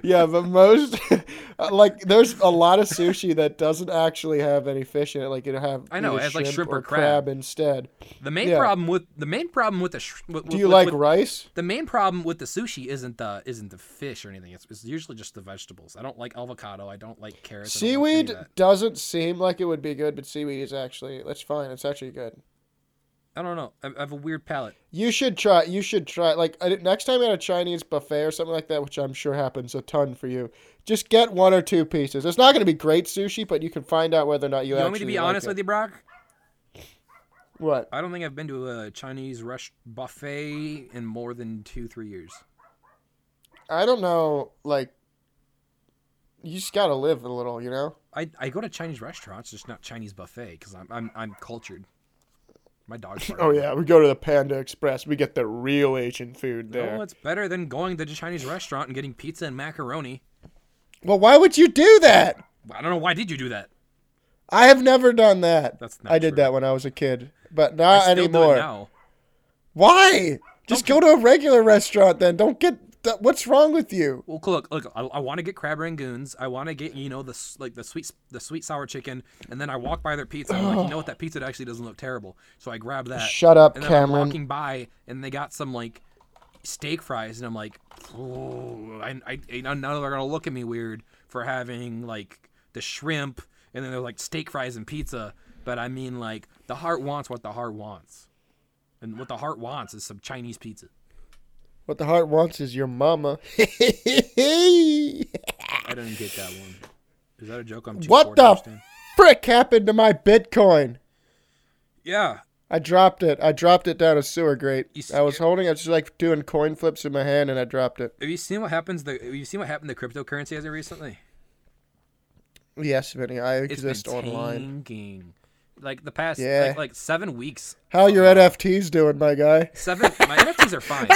yeah, but most like there's a lot of sushi that doesn't actually have any fish in it. Like it'll have I know, either it has, like, shrimp or crab. instead. The main Yeah. problem with the main problem with the sh- with, Do with- you with- like with- rice? the main problem with the sushi isn't the isn't the fish or anything. It's, it's usually just the vegetables. I don't like avocado. I don't like carrots. I don't like any of Seaweed that. doesn't seem like it would be good, but seaweed is actually that's fine. It's actually good. I don't know. I, I have a weird palate. You should try. You should try. Like I did- next time at a Chinese buffet or something like that, which I'm sure happens a ton for you. Just get one or two pieces. It's not going to be great sushi, but you can find out whether or not you, You, actually want me to be honest with you, Brock? you. What? I don't think I've been to a Chinese rush buffet in more than two three years. I don't know. Like, you just got to live a little, you know. I, I go to Chinese restaurants, just not Chinese buffet, because I'm, I'm I'm cultured. My [LAUGHS] dog's barking. Oh yeah, we go to the Panda Express. We get the real Asian food there. No, it's better than going to the Chinese restaurant and getting pizza and macaroni. well, why would you do that? I don't know why did you do that. I have never done that. That's not I did true. that when I was a kid, but not I still anymore. Do it now. Why? Just go to a regular restaurant then. Don't get. th- What's wrong with you? Well, cool, look, look. I, I want to get crab rangoons. I want to get you know the s- like the sweet s- the sweet sour chicken, and then I walk by their pizza. and I'm like, you know what? That pizza actually doesn't look terrible. So I grab that. Shut up, and then I'm Cameron. walking by, and they got some like steak fries, and I'm like, "Ooh," I, I, I now they're gonna look at me weird for having like the shrimp, and then they're like steak fries and pizza. But I mean, like the heart wants what the heart wants, and what the heart wants is some Chinese pizza. What the heart wants is your mama. [LAUGHS] I didn't get that one. Is that a joke? I'm too What poor to the- understand? Frick happened to my Bitcoin. Yeah, I dropped it. I dropped it down a sewer grate. You s- I was holding it, just like doing coin flips in my hand, and I dropped it. Have you seen what happens? To, have you seen what happened to cryptocurrency as of recently? Yes, Vinny, I It's exist been online. tanking. Like the past, Yeah. like, like seven weeks. How your NFTs doing, my guy? Seven. my NFTs [LAUGHS] are fine.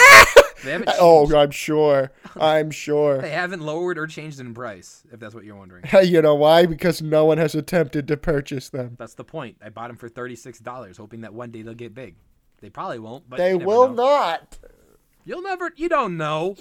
They haven't. Oh, changed. I'm sure. I'm sure. [LAUGHS] They haven't lowered or changed in price. If that's what you're wondering. You know why? Because no one has attempted to purchase them. That's the point. I bought them for thirty six dollars, hoping that one day they'll get big. They probably won't. But They you never will know. not. You'll never. You don't know.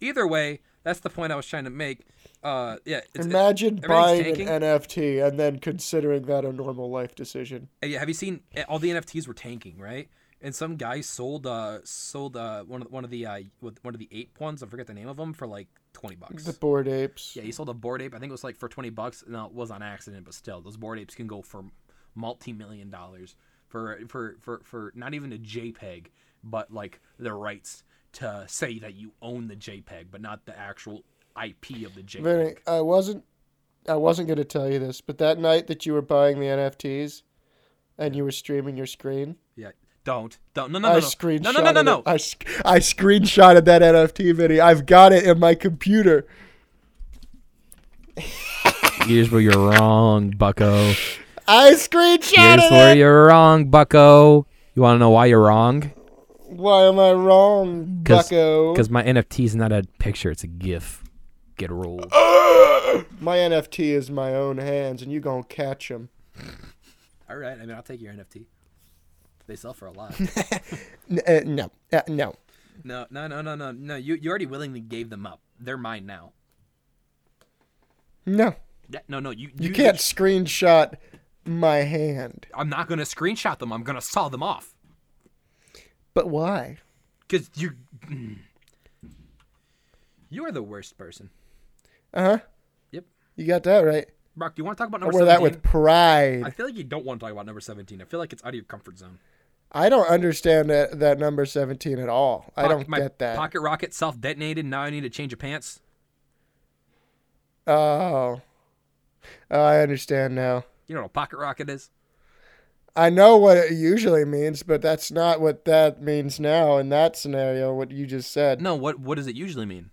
Either way, that's the point I was trying to make. Uh, yeah. It's, it- Imagine everything's buying tanking. an NFT and then considering that a normal life decision. Uh, yeah, have you seen uh, all the NFTs were tanking, right? And some guy sold uh sold uh one of one of the uh with one of the ape ones, I forget the name of them, for like twenty The bucks. bored apes. Yeah, he sold a board ape. I think it was like for twenty bucks. No, it was on accident, but still, those board apes can go for multi million dollars for for for for not even a JPEG, but like the rights to say that you own the JPEG, but not the actual IP of the JPEG. Vinny, I wasn't I wasn't gonna tell you this, but that night that you were buying the NFTs and you were streaming your screen, Yeah, don't don't no no no I no screenshotted no no no no it. no. I, sc- I screenshotted that NFT video. I've got it in my computer. You just were you're wrong, Bucko. I Here's where screenshotted it. you're wrong, Bucko. You want to know why you're wrong? Why am I wrong, 'Cause- Bucko? Because my NFT is not a picture; it's a GIF. Get [GASPS] rolled. My NFT is my own hands, and you gonna catch them. All right. I mean, I'll take your NFT. They sell for [LAUGHS] a lot. [LAUGHS] no, uh, no. no, no, no, no, no, no. You you already willingly gave them up. They're mine now. No, Yeah, No, no. You you can't screenshot my hand. I'm not gonna screenshot them. I'm gonna saw them off. But why? Cause you. mm. You are the worst person. Uh huh. Yep. You got that right. Brock, do you want to talk about I number wear that with 17? I pride. feel like you don't want to talk about number 17. I feel like it's out of your comfort zone. I don't understand that, that number 17 at all. I Pock- don't my get that. Pocket rocket self detonated. Now I need to change of pants. Oh. oh. I understand now. You know what a pocket rocket is? I know what it usually means, but that's not what that means now in that scenario, what you just said. No. What What does it usually mean?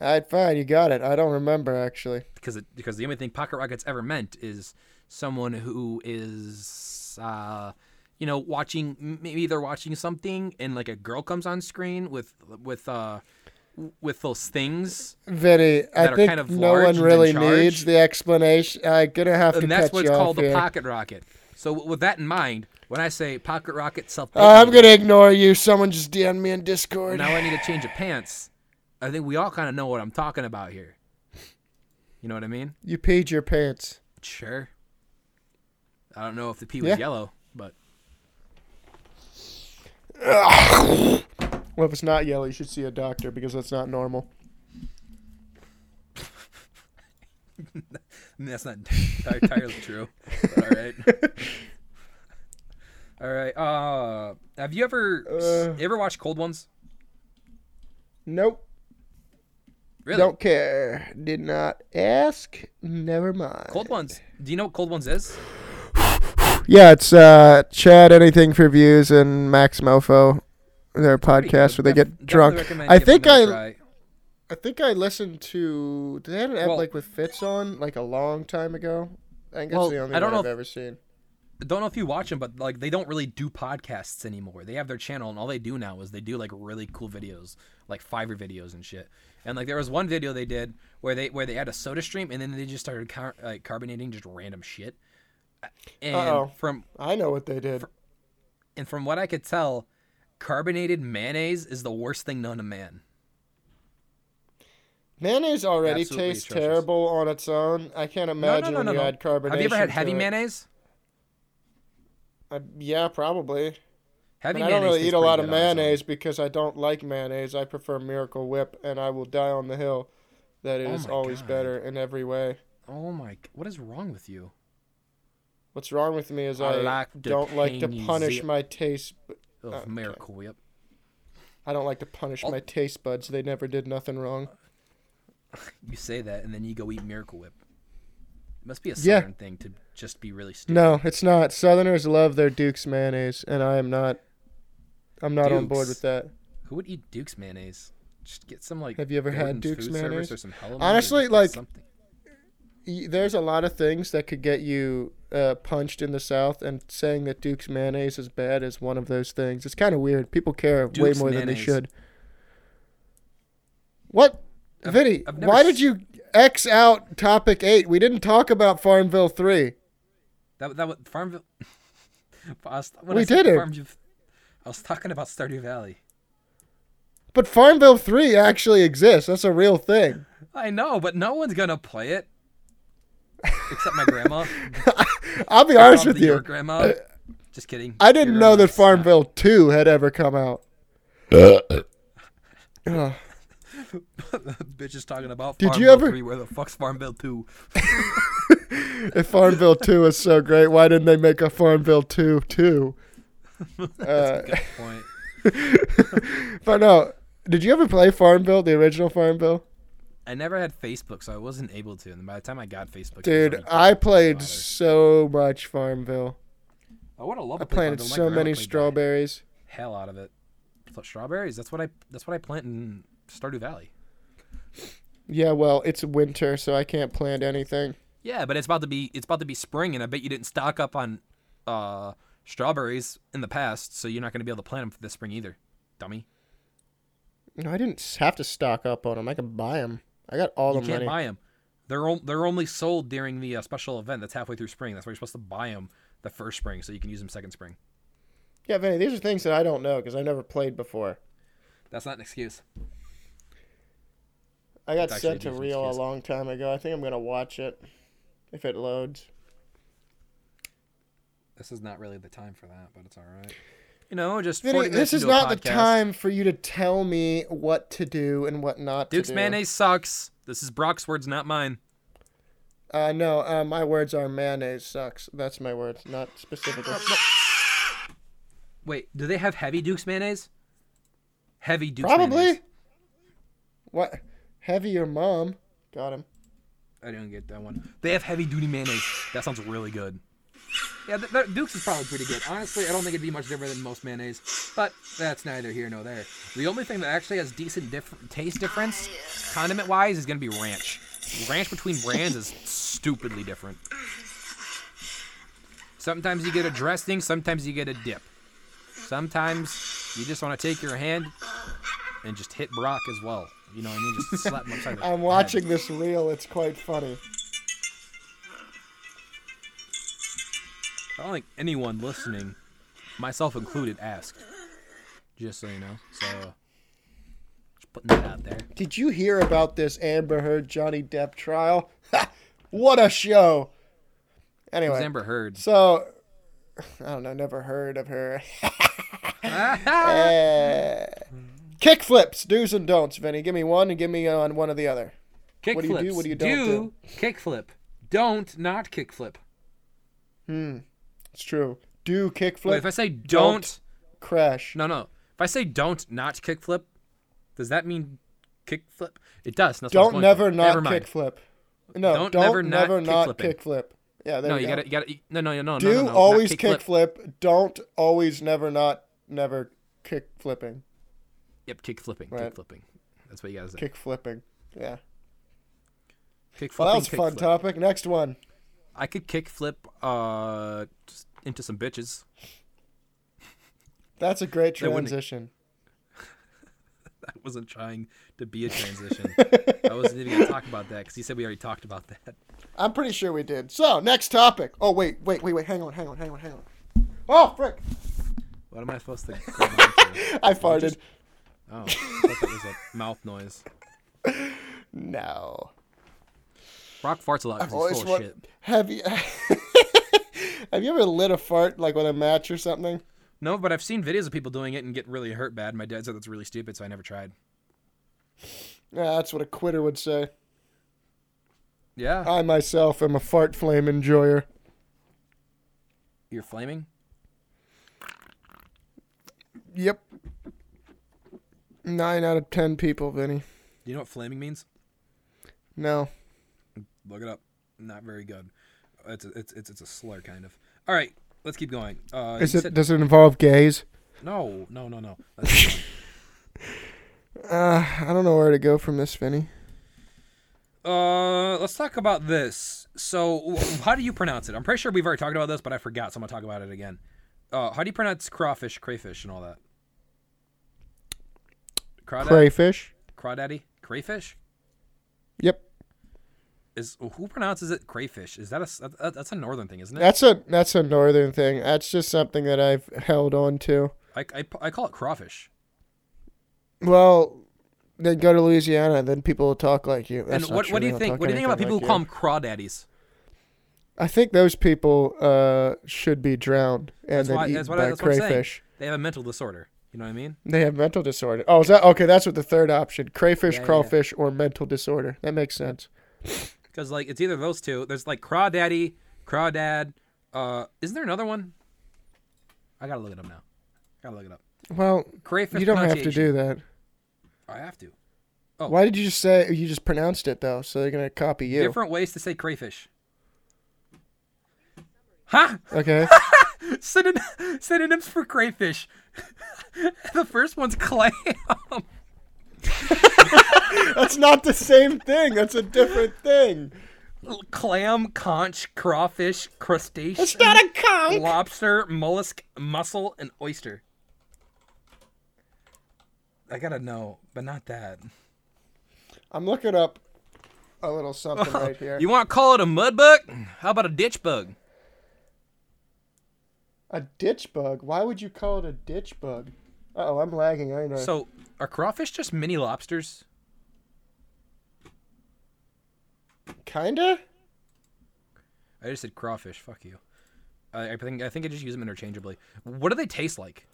All right, fine. You got it. I don't remember, actually. Because it, because the only thing pocket rockets ever meant is someone who is, uh, you know, watching. m- Maybe they're watching something, and like a girl comes on screen with with uh with those things, Vinny, That I are think kind of no large one and really in charge? needs the explanation. I'm going to have to and that's cut what's you off called a here. pocket rocket. So w- with that in mind, when I say pocket rocket self, Uh, Oh, I'm gonna ignore you. Someone just DM'd me in Discord. now I need a change of pants. I think we all kind of know what I'm talking about here. You know what I mean? You peed your pants. Sure. I don't know if the pee was Yeah. yellow, but Well, if it's not yellow, you should see a doctor because that's not normal. I mean, [LAUGHS] that's not [LAUGHS] entirely true. But all right. [LAUGHS] All right. Uh, have you ever Uh. you ever watched Cold Ones? Nope. Really? Don't care. Did not ask. Never mind. Cold Ones. Do you know what Cold Ones is? Yeah, it's uh, Chad Anything for Views and Max Mofo, their podcast where they get Def- definitely drunk. recommend I giving think them a I try. I think I listened to. Did they have an app Well- like with Fitz on like a long time ago? I think that's Well, the only I don't one know I've if- ever seen. don't know if you watch them, but like they don't really do podcasts anymore. They have their channel, and all they do now is they do like really cool videos, like Fiverr videos and shit. And like there was one video they did where they where they had a Soda Stream, and then they just started car- like carbonating just random shit. And Uh-oh. from I know what they did. and from what I could tell, carbonated mayonnaise is the worst thing known to man. Mayonnaise already Absolutely tastes atrocious. terrible on its own. I can't imagine when you add carbonation. Have you ever had to heavy it. mayonnaise? Uh, yeah, probably. Heavy And I don't really tastes eat a pretty lot of good on its own. mayonnaise because I don't like mayonnaise. I prefer Miracle Whip, and I will die on the hill that it Oh is my always God. better in every way. Oh my! g- What is wrong with you? What's wrong with me is I I, like to don't like to ping punish zip. my taste. bu- Ugh, Oh, Okay. Miracle Whip. I don't like to punish Oh. my taste buds. They never did nothing wrong. You say that, and then you go eat Miracle Whip. It must be a Yeah. southern thing to just be really stupid. No, it's not. Southerners love their Duke's mayonnaise, and I am not. I'm not on board with Duke's? that. Who would eat Duke's mayonnaise? Just get some like. Have you ever had Gordon's Duke's food service mayonnaise? Or some Hellmann's or Honestly, just like- something. y- there's a lot of things that could get you uh, punched in the South, and saying that Duke's mayonnaise is bad is one of those things. It's kind of weird. People care Duke's way more than they mayonnaise. should. What, I've- Vinny? I've never why s- did you X out topic eight? We didn't talk about Farmville three. that that what Farmville. [LAUGHS] I was, when We I said did it. Farmville, I was talking about Stardew Valley. But Farmville three actually exists. That's a real thing. [LAUGHS] I know, but no one's gonna play it except my [LAUGHS] grandma. I'll be honest Probably with you. uh, Your grandma. Just kidding. I didn't Your know that grandma's [LAUGHS] not- Farmville two had ever come out. Ugh. [LAUGHS] Bitch is talking about. Did Did you you ever- Three, where the fuck's Farmville Two? [LAUGHS] If Farmville 2 is so great, why didn't they make a Farmville 2 [LAUGHS] too? Uh, [LAUGHS] Good point. but no, did you ever play Farmville, the original Farmville? I never had Facebook, so I wasn't able to. And by the time I got Facebook, it was Dude, already- I played bother. so much Farmville. I would have loved. I to play planted Farmville. My so grandma many played the strawberries. Hell out of it. Pl- Strawberries. That's what I. That's what I plant in Stardew Valley. Yeah, well, it's winter, so I can't plant anything. Yeah, but it's about to be. It's about to be spring, and I bet you didn't stock up on uh, strawberries in the past, so you're not going to be able to plant them for this spring either, dummy. No, I didn't s- have to stock up on them. I could buy them. I got all You the can't money. buy them. They're on- they're only sold during the uh, special event that's halfway through spring. That's why you're supposed to buy them the first spring, so you can use them second spring. yeah, Vinny, these are things that I don't know because I've never played before. That's not an excuse. I got actually sent a to decent Rio a excuse. long time ago. I think I'm going to watch it if it loads. This is not really the time for that, but it's all right. You know, just Vinny, 40 minutes this is into a not the podcast. time for you to tell me what to do and what not Duke's to do. mayonnaise sucks. This is Brock's words, not mine. Uh, no, uh, my words are mayonnaise sucks. That's my words, not [LAUGHS] specifically. Wait, do they have heavy Duke's mayonnaise? Heavy Duke's mayonnaise. Probably. What? Heavy your mom. Got him. I didn't get that one. They have heavy duty mayonnaise. That sounds really good. Yeah, th- th- Duke's is probably pretty good. Honestly, I don't think it'd be much different than most mayonnaise, but that's neither here nor there. The only thing that actually has decent diff- taste difference, condiment wise, is gonna be ranch. Ranch between brands is stupidly different. Sometimes you get a dressing, sometimes you get a dip. Sometimes you just want to take your hand and just hit Brock as well. You know what I mean? Just slap him upside [LAUGHS] the I'm head. watching this reel. It's quite funny. I don't think anyone listening, myself included, asked. Just so you know. So, uh, just putting that out there. Did you hear about this Amber Heard Johnny Depp trial? Ha! what a show! It was Anyway, Amber [LAUGHS] Heard. so [SIGHS] I don't know. Never heard of her. [LAUGHS] Ah-ha! Eh, Kick flips, do's and don'ts, Vinny. Give me one and give me on one or the other. kick what do you do, flips. what do you don't Kick flip. Don't not kick flip. It's true. Do kick Wait, flip, if I say Don't. don't, crash. no, no. If I say don't not kick flip, does that mean kick flip? It does. That's what I was Don't going never for. not Never mind. kick flip. No, don't, Don't never, never not kick not flipping. kick flip. Yeah, there No, you you go. gotta, you gotta, no, no, no, no, Do no, no, not always kick kick, flip. flip. Don't always never not never kick flipping. Yep, kick flipping, Right. kick flipping. That's what you guys say. Kick flipping. Yeah. Kick flipping. Well, that was a kick fun flip. topic. Next one. I could kick flip uh just into some bitches. [LAUGHS] That's a great That wouldn't- transition. I wasn't trying to be a transition. I wasn't even gonna talk about that because he said we already talked about that. I'm pretty sure we did. So, next topic. Oh, wait, wait, wait, wait. Hang on, hang on, hang on, hang on. Oh, frick. [LAUGHS] What am I supposed to? go on to? I farted. Oh, I thought that was a mouth noise. No. Rock farts a lot I've always because he's full of want- shit. Have you [LAUGHS] Have you ever lit a fart like with a match or something? No, but I've seen videos of people doing it and getting really hurt bad. My dad said that's really stupid, so I never tried. Yeah, that's what a quitter would say. Yeah, I myself am a fart flame enjoyer. you're flaming. Yep. Nine out of ten people, Vinny. You know what flaming means? No. Look it up. Not very good. It's a, it's it's it's a slur kind of. All right, let's keep going. Uh, Is you it said- does it involve gays? No, no, no, no. Let's keep going. Uh, I don't know where to go from this, Vinny. Uh, let's talk about this. So, w- how do you pronounce it? I'm pretty sure we've already talked about this, but I forgot, so I'm gonna talk about it again. Uh, how do you pronounce crawfish, crayfish, and all that? Crawdad, Crayfish. crawdaddy, crayfish Yep. is who pronounces it? Crayfish is that a s- that- that's a northern thing, isn't it? That's a that's a northern thing. That's just something that I've held on to. I, I, I call it crawfish. Well, then go to Louisiana, then people will talk like you. That's and not what, true. what do They you don't think? talk What do you think about anything people like who call them crawdaddies? I think those people uh, should be drowned and That's then why- eaten that's what I- by that's what I'm saying. crayfish. They have a mental disorder. You know what I mean? They have mental disorder. Oh, is that okay? That's what the third option: crayfish, Yeah, yeah, yeah. crawfish, or mental disorder. That makes sense. Because like it's either of those two. There's like crawdaddy, crawdad. Uh, isn't there another one? I gotta look it up now. Gotta look it up. Well, Crayfish. you don't have to do that. pronunciation. I have to. Why did you just say you just pronounced it though? So they're gonna copy you. Different ways to say crayfish. Huh? [LAUGHS] Okay. Synonym- [LAUGHS] synonyms for crayfish. [LAUGHS] the first one's clam. [LAUGHS] That's not the same thing. That's a different thing. clam, conch, crawfish, crustacean, It's not a conch. lobster, mollusk, mussel, and oyster. I gotta know, but not that. I'm looking up a little something [LAUGHS] right here. You want to call it a mud bug? How about a ditch bug? A ditch bug? Why would you call it a ditch bug? Uh oh, I'm lagging, I know. So, are crawfish just mini lobsters? Kinda? I just said crawfish. Fuck you. I, I think I think I just use them interchangeably. What do they taste like?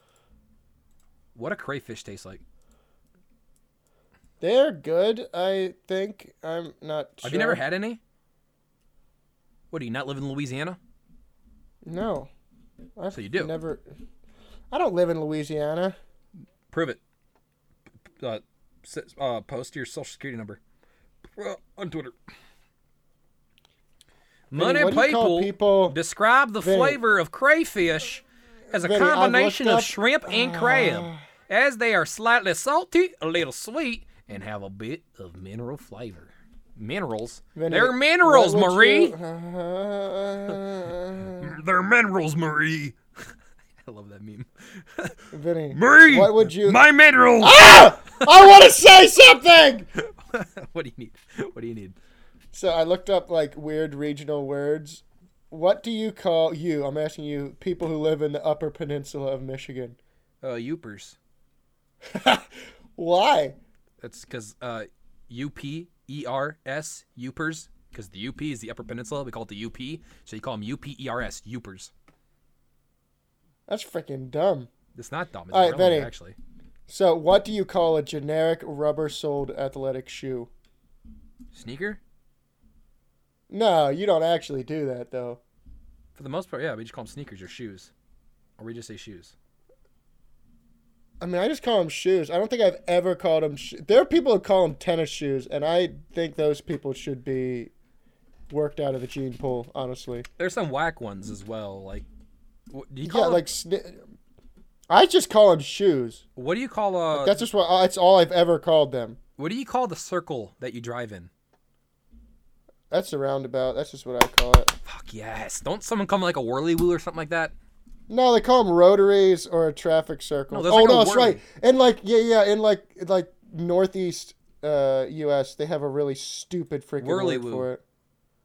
What a crayfish tastes like. They're good, I think. I'm not sure. Have you never had any? What do you not live in Louisiana? No. I've So you do. Never. I don't live in Louisiana. Prove it. Uh, s- uh, post your social security number Uh, on Twitter. Money what do you call people, people- describe the Vinny. flavor of crayfish as a Vinny, I've combination looked of up- shrimp and Ah. crab, as they are slightly salty, a little sweet, and have a bit of mineral flavor. Minerals. Vinny, They're minerals, what would Marie. you- Uh, [LAUGHS] They're minerals, Marie. [LAUGHS] I love that meme. Vinny. Marie. What would you. My [LAUGHS] minerals. Ah! I want to say something! what do you need? What do you need? So I looked up like weird regional words. What do you call you? I'm asking you, people who live in the Upper Peninsula of Michigan. [LAUGHS] Uh, Upers. Why? That's because uh, U P E R S Upers. Because the UP is the Upper Peninsula, we call it the UP. So you call them UPERS E Upers. That's freaking dumb. It's not dumb. It's All right, relevant, Benny. actually. So, what do you call a generic rubber-soled athletic shoe? Sneaker. No, you don't actually do that though. For the most part, yeah, we just call them sneakers or shoes, or we just say shoes. I mean, I just call them shoes. I don't think I've ever called them. Sho- there are people who call them tennis shoes, and I think those people should be worked out of the gene pool. Honestly, There's some whack ones as well. Like, what do you call yeah, like like sni- I just call them shoes. what do you call uh That's just what. That's all I've ever called them. what do you call the circle that you drive in? That's the roundabout. That's just what I call it. Fuck yes! Don't someone call 'em, like a whirly wheel or something like that? No, they call them rotaries or a traffic circle. No, there's oh like a no, that's worm. right. And like yeah, yeah, in like like northeast uh, U.S., they have a really stupid freaking Whirly word woo. for it.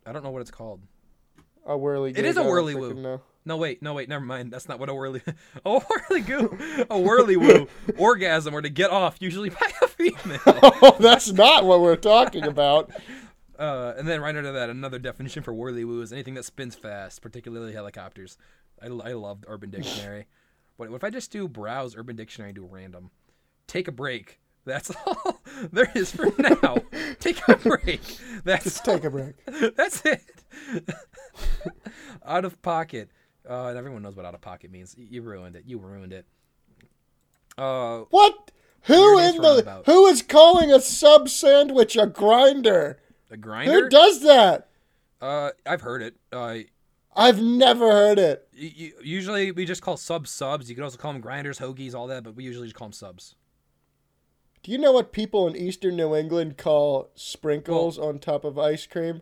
I don't know what it's called. A whirly. It is a whirly woo. No. [LAUGHS] No wait, no wait, never mind. That's not what a whirly [LAUGHS] a whirly goo a whirly woo orgasm or to get off usually by a female. [LAUGHS] [LAUGHS] Oh, that's not what we're talking [LAUGHS] about. Uh, and then right under that, another definition for whirly woo is anything that spins fast, particularly helicopters. I, I loved Urban Dictionary. but what if I just do browse Urban Dictionary and do random? Take a break. That's [LAUGHS] all there is for now. Take a break. That's Just take a break. [LAUGHS] That's it. out of pocket. Uh, and everyone knows what out of pocket means. Y- You ruined it. You ruined it. Uh, What? Who Weirdest in the roundabout. who is calling a sub sandwich a grinder? a Who grinder. does that? Uh, I've heard it. Uh, y- I've never heard it. y- usually we just call subs subs. You can also call them grinders, hoagies, all that. But we usually just call them subs. Do you know what people in eastern New England call sprinkles on top of ice cream?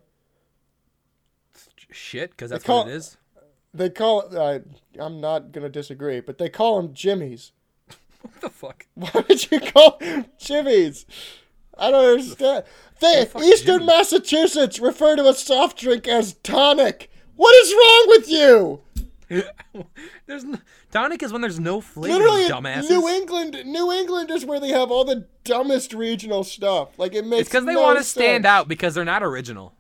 Shit, because that's They call- what it is. [LAUGHS] They call it. Uh, I'm not gonna disagree, but they call them jimmies. [LAUGHS] What the fuck? [LAUGHS] Why would you call them jimmies? I don't understand. They, fuck eastern Jimmy? Massachusetts refer to a soft drink as tonic. What is wrong with you? there's no, tonic is when there's no flavor. Literally, you dumbasses. New England, New England is where they have all the dumbest regional stuff. Like it makes. it's because they no want to stand sense. out because they're not original.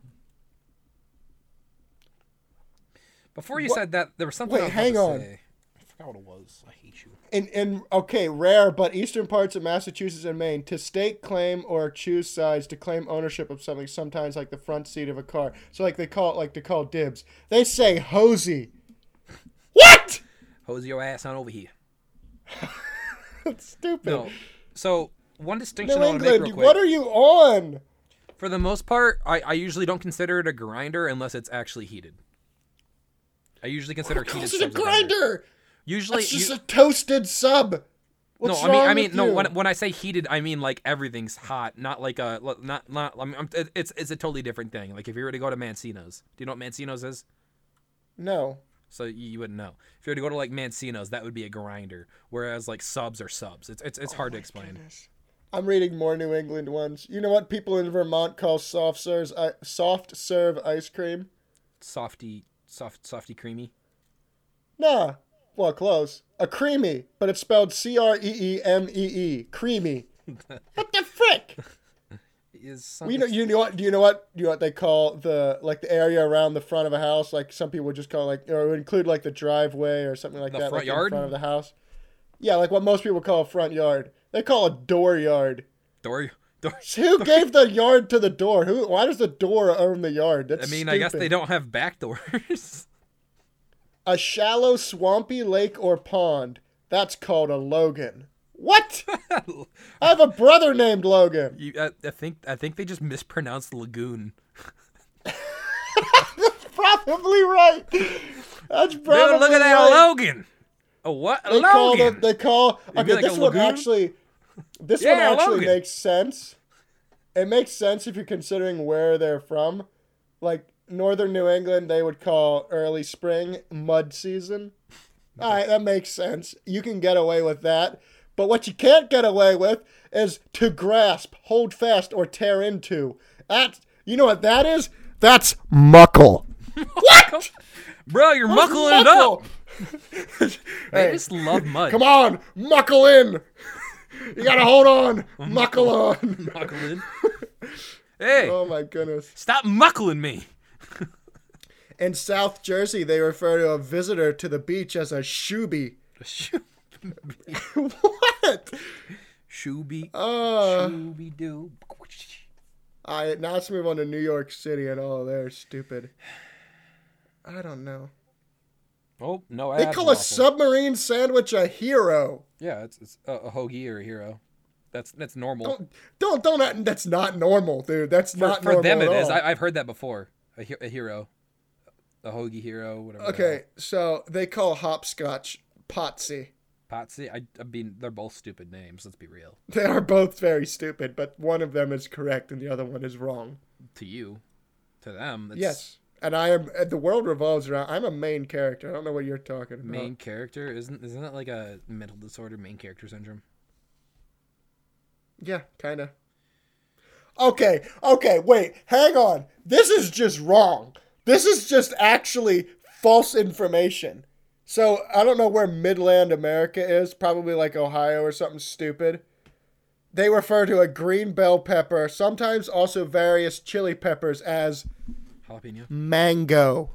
Before you said that, there was something. Wait, I was about to hang on. say. I forgot what it was. I hate you. And and okay, rare, but eastern parts of Massachusetts and Maine to stake claim or choose sides to claim ownership of something, sometimes like the front seat of a car. So like they call it like to call dibs. They say hosey. What? [LAUGHS] Hose your ass on over here. That's stupid. No. So one distinction New I want to make real England, quick. what are you on? For the most part, I, I usually don't consider it a grinder unless it's actually heated. I usually consider heated This is a subs a grinder. grinder. Usually, It's just you- a toasted sub. What's no, I mean, wrong I mean, with no. you? When, when I say heated, I mean like everything's hot, not like a, not, not. I mean, I'm, it- it's it's a totally different thing. Like if you were to go to Mancino's, do you know what Mancino's is? no. So you, you wouldn't know. If you were to go to like Mancino's, that would be a grinder. Whereas like subs are subs. It's Oh it's it's hard to explain. I'm reading more New England ones. You know what people in Vermont call soft serves I soft serve ice cream? Softy, soft, softy, creamy. Nah. Well, close. A creamy, but it's spelled C R E E M E E. [LAUGHS] Creamy. what the frick? Is some, Well, you know, you know what? Do you know what? You know what they call the like the area around the front of a house? Like some people would just call like or would include like the driveway or something like The that. front like, in yard? front of the house. Yeah, like what most people call a front yard. They call a door yard. door, door. [LAUGHS] Who gave the yard to the door? Who? Why does the door own the yard? That's I mean, I guess they stupid. don't have back doors. [LAUGHS] A shallow, swampy lake or pond. That's called a Logan. What? I have a brother named Logan. you, I, I think I think they just mispronounced lagoon. Probably right. That's probably Dude, look at that right. Logan. A what? A They call Logan. the, they call. Okay, like a this one lagoon? actually. This one Yeah, actually Logan. makes sense. It makes sense if you're considering where they're from. Like northern New England, they would call early spring mud [LAUGHS] season. All right, that makes sense. You can get away with that. But what you can't get away with is to grasp, hold fast, or tear into. That you know what that is? That's muckle. What? Bro, you're muckling it up. Muckle! I [LAUGHS] Hey, just love mud. come on, muckle in. [LAUGHS] You gotta hold on, muckle on. [LAUGHS] Muckling. Hey, Oh my goodness. stop muckling me. In South Jersey, they refer to a visitor to the beach as a shooby. [LAUGHS] what? Shooby, [LAUGHS] Uh, shooby doo. all right, now let's move on to New York City and all they're stupid. I don't know. Oh no, They call a submarine sandwich a hero. Yeah, it's, it's a, a hoagie or a hero. That's that's normal. Don't, don't, don't. act- That's not normal, dude. That's for, not for normal them at it is. all. I, I've heard that before. A, he- a hero, a hoagie hero, whatever. the Okay, so they call hopscotch potsy. hell. Potsy. I, I mean, they're both stupid names. Let's be real. [LAUGHS] They are both very stupid, but one of them is correct and the other one is wrong. To you, to them. It's Yes, and I am. uh, The world revolves around. I'm a main character. I don't know what you're talking about. Main character isn't isn't that like a mental disorder? Main character syndrome. Yeah, kind of. Okay, okay, wait, hang on. This is just wrong. This is just actually false information. So I don't know where Midland America is, probably like Ohio or something stupid. They refer to a green bell pepper, sometimes also various chili peppers, as Jalapeno. [LAUGHS] mango.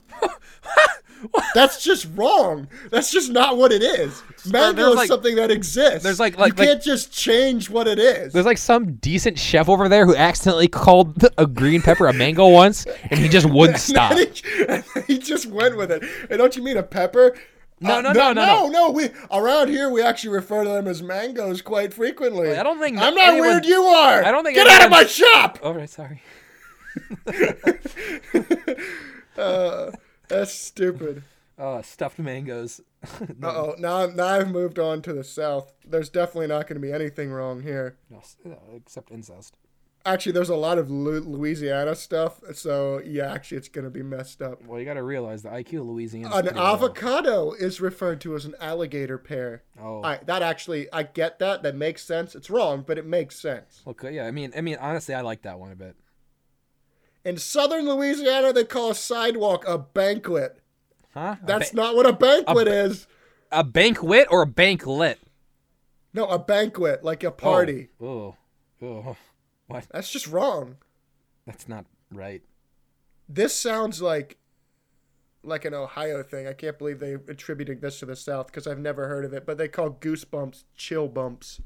That's just wrong. That's just not what it is. Mango there's is like- something that exists. there's like- like- you like- can't just change what it is. [LAUGHS] There's like some decent chef over there who accidentally called th- a green pepper a mango once, and he just [LAUGHS] wouldn't stop. And he, and he just went with it. And don't you mean a pepper? Uh, No, no, no, no, no, no. We around here we actually refer to them as mangoes quite frequently. I don't think I'm not anyone- weird. You are. I don't think Get out of my anyone- shop. All right, sorry. That's stupid. Uh, stuffed mangoes. [LAUGHS] Uh oh. Now, I'm- now I've moved on to the south. There's definitely not going to be anything wrong here. No, s- uh, except incest. Actually, there's a lot of Lu- Louisiana stuff. So yeah, actually, it's going to be messed up. Well, you got to realize the IQ of Louisiana. An avocado is referred to as an alligator pear. Oh. I, that actually, I get that. That makes sense. It's wrong, but it makes sense. Okay, yeah. I mean, I mean, honestly, I like that one a bit. In southern Louisiana, they call a sidewalk a banquet. Huh? That's not what a banquet is. a, a banquet or a banklet. No, a banquet, like a party. Oh, oh, oh. what? That's just wrong. That's not right. This sounds like like an Ohio thing. I can't believe they attributed this to the South because I've never heard of it. But they call goosebumps chill bumps.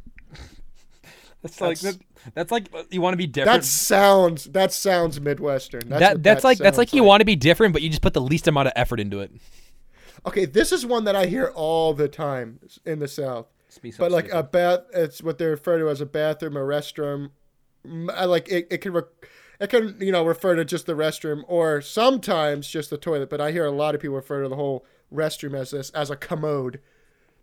That's like That's- that, that's like uh, you want to be different. That sounds that sounds Midwestern. That's That what that's that like that's like sounds you want to be different, but you just put the least amount of effort into it. Okay, this is one that I hear all the time in the South. Let's be so but like uh, stupid. a bath, it's what they refer to as a bathroom, a restroom. Mm, I like it. It can, re- it can you know refer to just the restroom or sometimes just the toilet. But I hear a lot of people refer to the whole restroom as this as a commode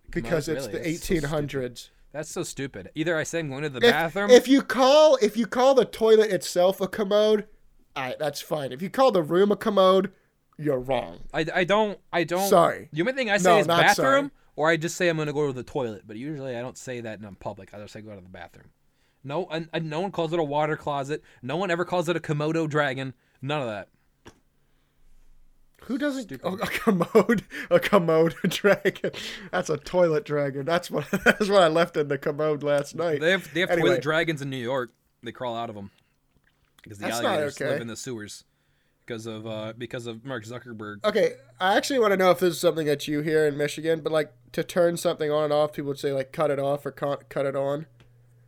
because it's really, the that's so eighteen hundreds. that's so stupid. Either I say I'm going to the If, bathroom. if you call if you call the toilet itself a commode, I, that's fine. If you call the room a commode, you're wrong. I, I don't I don't. Sorry. The only thing I say No, is not bathroom, sorry. or I just say I'm going to go to the toilet. But usually I don't say that in public. I just say go to the bathroom. No, and, and no one calls it a water closet. No one ever calls it a Komodo dragon. None of that. Who doesn't oh, a commode? A commode [LAUGHS] dragon. That's a toilet dragon. That's what [LAUGHS] that's what I left in the commode last night. They have they have Anyway. toilet dragons in New York. They crawl out of them because the That's not alligators okay. live in the sewers because of uh, because of Mark Zuckerberg. okay, I actually want to know if this is something that you hear in Michigan, but like to turn something on and off, people would say like cut it off or con- cut it on.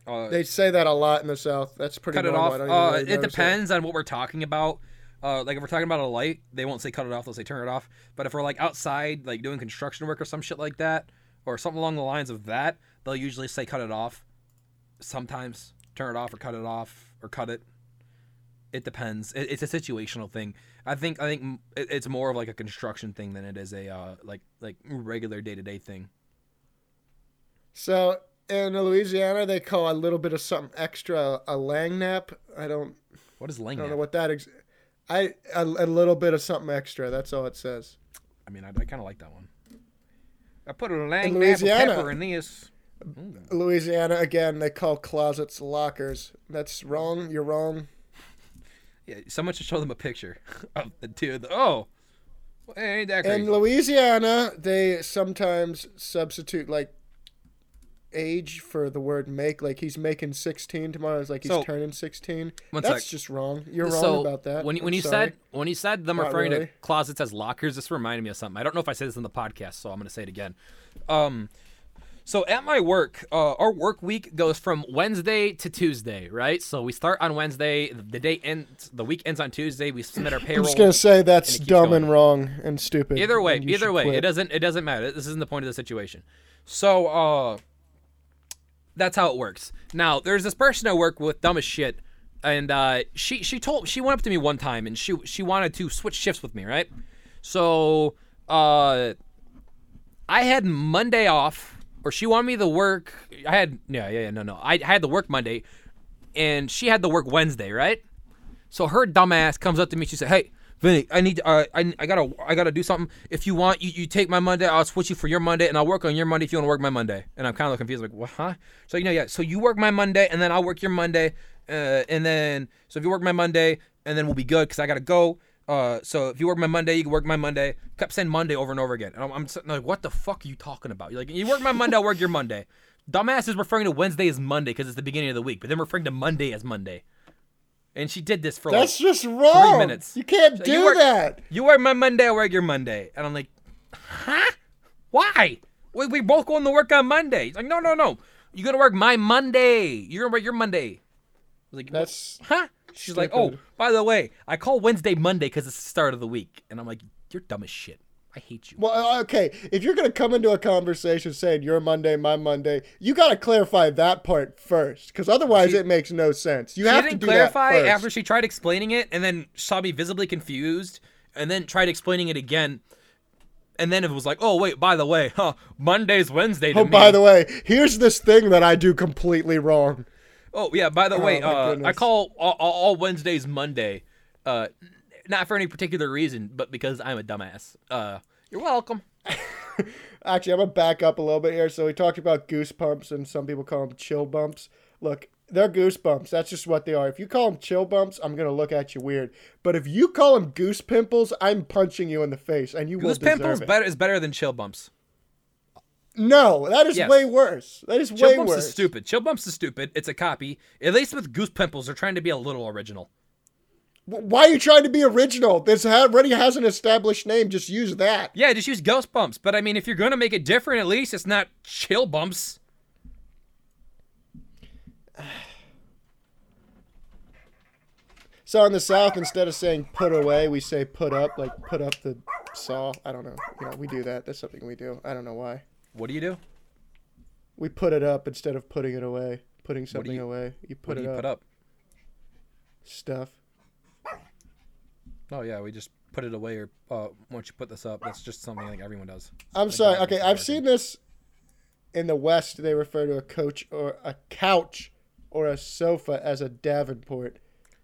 Uh, They say that a lot in the South. That's pretty. cut it normal. off. I don't even Uh, really it notice depends on what we're talking about. Uh, like if we're talking about a light, they won't say cut it off; they'll say turn it off. But if we're like outside, like doing construction work or some shit like that, or something along the lines of that, they'll usually say cut it off. Sometimes turn it off or cut it off or cut it. It depends. It, it's a situational thing. I think I think m- it, it's more of like a construction thing than it is a uh, like like regular day to day thing. So in Louisiana, they call a little bit of something extra a langnap. I don't What is lang? I don't know nap? what that ex- I a, a little bit of something extra. That's all it says. I mean, I, I kind of like that one. I put a lang In nap of Louisiana. pepper in this. Louisiana again. They call closets lockers. That's wrong. You're wrong. [LAUGHS] Yeah, someone should show them a picture of the dude. Oh, Well, it ain't that crazy. In Louisiana, they sometimes substitute like age for the word make. Like he's making 16 tomorrow. It's like he's So- turning 16. One That's sec. just wrong. You're wrong so about that. when you- I'm when you sorry. said when you said them Not referring really. to closets as lockers, this reminded me of something. I don't know if I said this in the podcast, so I'm gonna say it again. Um, so at my work, uh, our work week goes from Wednesday to Tuesday, right? So we start on Wednesday. The day ends. The week ends on Tuesday. We submit our I'm payroll. just gonna say that's and it keeps dumb going. and wrong and stupid. Either way, and you either should way, it quit. doesn't it doesn't matter. This isn't the point of the situation. So uh that's how it works. Now, there's this person I work with, dumb as shit, and uh she she told she went up to me one time and she she wanted to switch shifts with me, right? So uh I had Monday off, or she wanted me to work. I had yeah yeah yeah no no I, I had the work Monday, and she had the work Wednesday, right? So her dumbass comes up to me. She said, "Hey, Vinny, I need uh, I I gotta I gotta do something. If you want, you, you take my Monday. I'll switch you for your Monday, and I'll work on your Monday if you want to work my Monday." And I'm kind of confused, like, "What? Huh?" So you know, yeah. So you work my Monday, and then I'll work your Monday, uh, and then so if you work my Monday, and then we'll be good because I gotta go. Uh, so if you work my Monday, you can work my Monday. Kept saying Monday over and over again, and I'm, I'm sitting there like, "What the fuck are you talking about?" You're like, "You work my Monday, I'll work your Monday." Dumbass is referring to Wednesday as Monday because it's the beginning of the week, but then referring to Monday as Monday. And she did this for like That's just wrong. minutes. You can't So do you work- that. you wear my Monday, I wear your Monday. And I'm like, huh? Why? We, we both going to work on Monday. He's like, no, no, no. You're going to work my Monday. You're going to work your Monday. I was like, That's huh? She's like, oh, stupid. by the way, I call Wednesday Monday because it's the start of the week. And I'm like, you're dumb as shit. I hate you. well, uh, okay. If you're gonna come into a conversation saying your Monday, my Monday, you gotta clarify that part first, because otherwise it makes no sense. You She have didn't to do clarify that first. after she tried explaining it and then saw me visibly confused and then tried explaining it again. And then it was like, oh, wait, by the way, huh, Monday's Wednesday. To Oh, me. by the way, here's this thing that I do completely wrong. Oh yeah. By the way, my uh, I goodness. call all, all- all Wednesdays Monday, uh, n- not for any particular reason, but because I'm a dumbass. Uh, you're welcome. Actually, I'm gonna back up a little bit here. So we talked about goosebumps, and some people call them chill bumps. Look, they're goosebumps. That's just what they are. If you call them chill bumps, I'm gonna look at you weird. But if you call them goose pimples, I'm punching you in the face, and you will Goose deserve pimples it. better is better than chill bumps. no, that is Yes. way worse. That is Chill way bumps worse. is stupid. Chill bumps is stupid. It's a copy. At least with goose pimples, they're trying to be a little original. W- Why are you trying to be original? This ha- already has an established name. Just use that. Yeah, just use ghost bumps. But I mean, if you're gonna make it different, at least it's not chill bumps. So in the South, instead of saying put away, we say put up, like put up the saw. I don't know. Yeah, we do that. That's something we do. I don't know why. What do you do? We put it up instead of putting it away. Putting something you- away. You put What do it you up. put up? Stuff. Oh yeah, we just put it away. Or uh, once you put this up, that's just something like everyone does. I'm sorry. that Okay, doesn't I've work. seen this in the West. They refer to a coach or a couch or a sofa as a Davenport.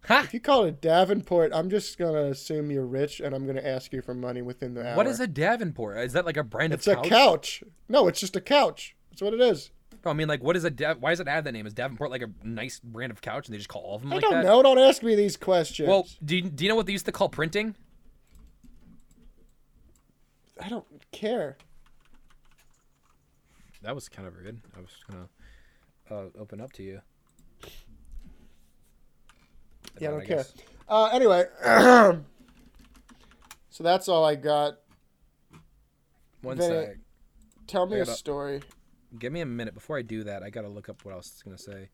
Huh? If you call it a Davenport, I'm just gonna assume you're rich and I'm gonna ask you for money within the hour. What is a Davenport? Is that like a brand It's of a couch? couch. No, it's just a couch. That's what it is. No, I mean, like, what is a Dav- why does it have that name? Is Davenport like a nice brand of couch, and they just call all of them I like don't that? know. Don't ask me these questions. Well, do you, do you know what they used to call printing? I don't care. That was kind of rude. I was gonna uh, open up to you. Yeah, I But don't care. guess- Uh, anyway, [CLEARS THROAT] so that's all I got. One Then sec. it- Tell me Pick a it up. story. Give me a minute before I do that. I gotta look up what I was gonna say.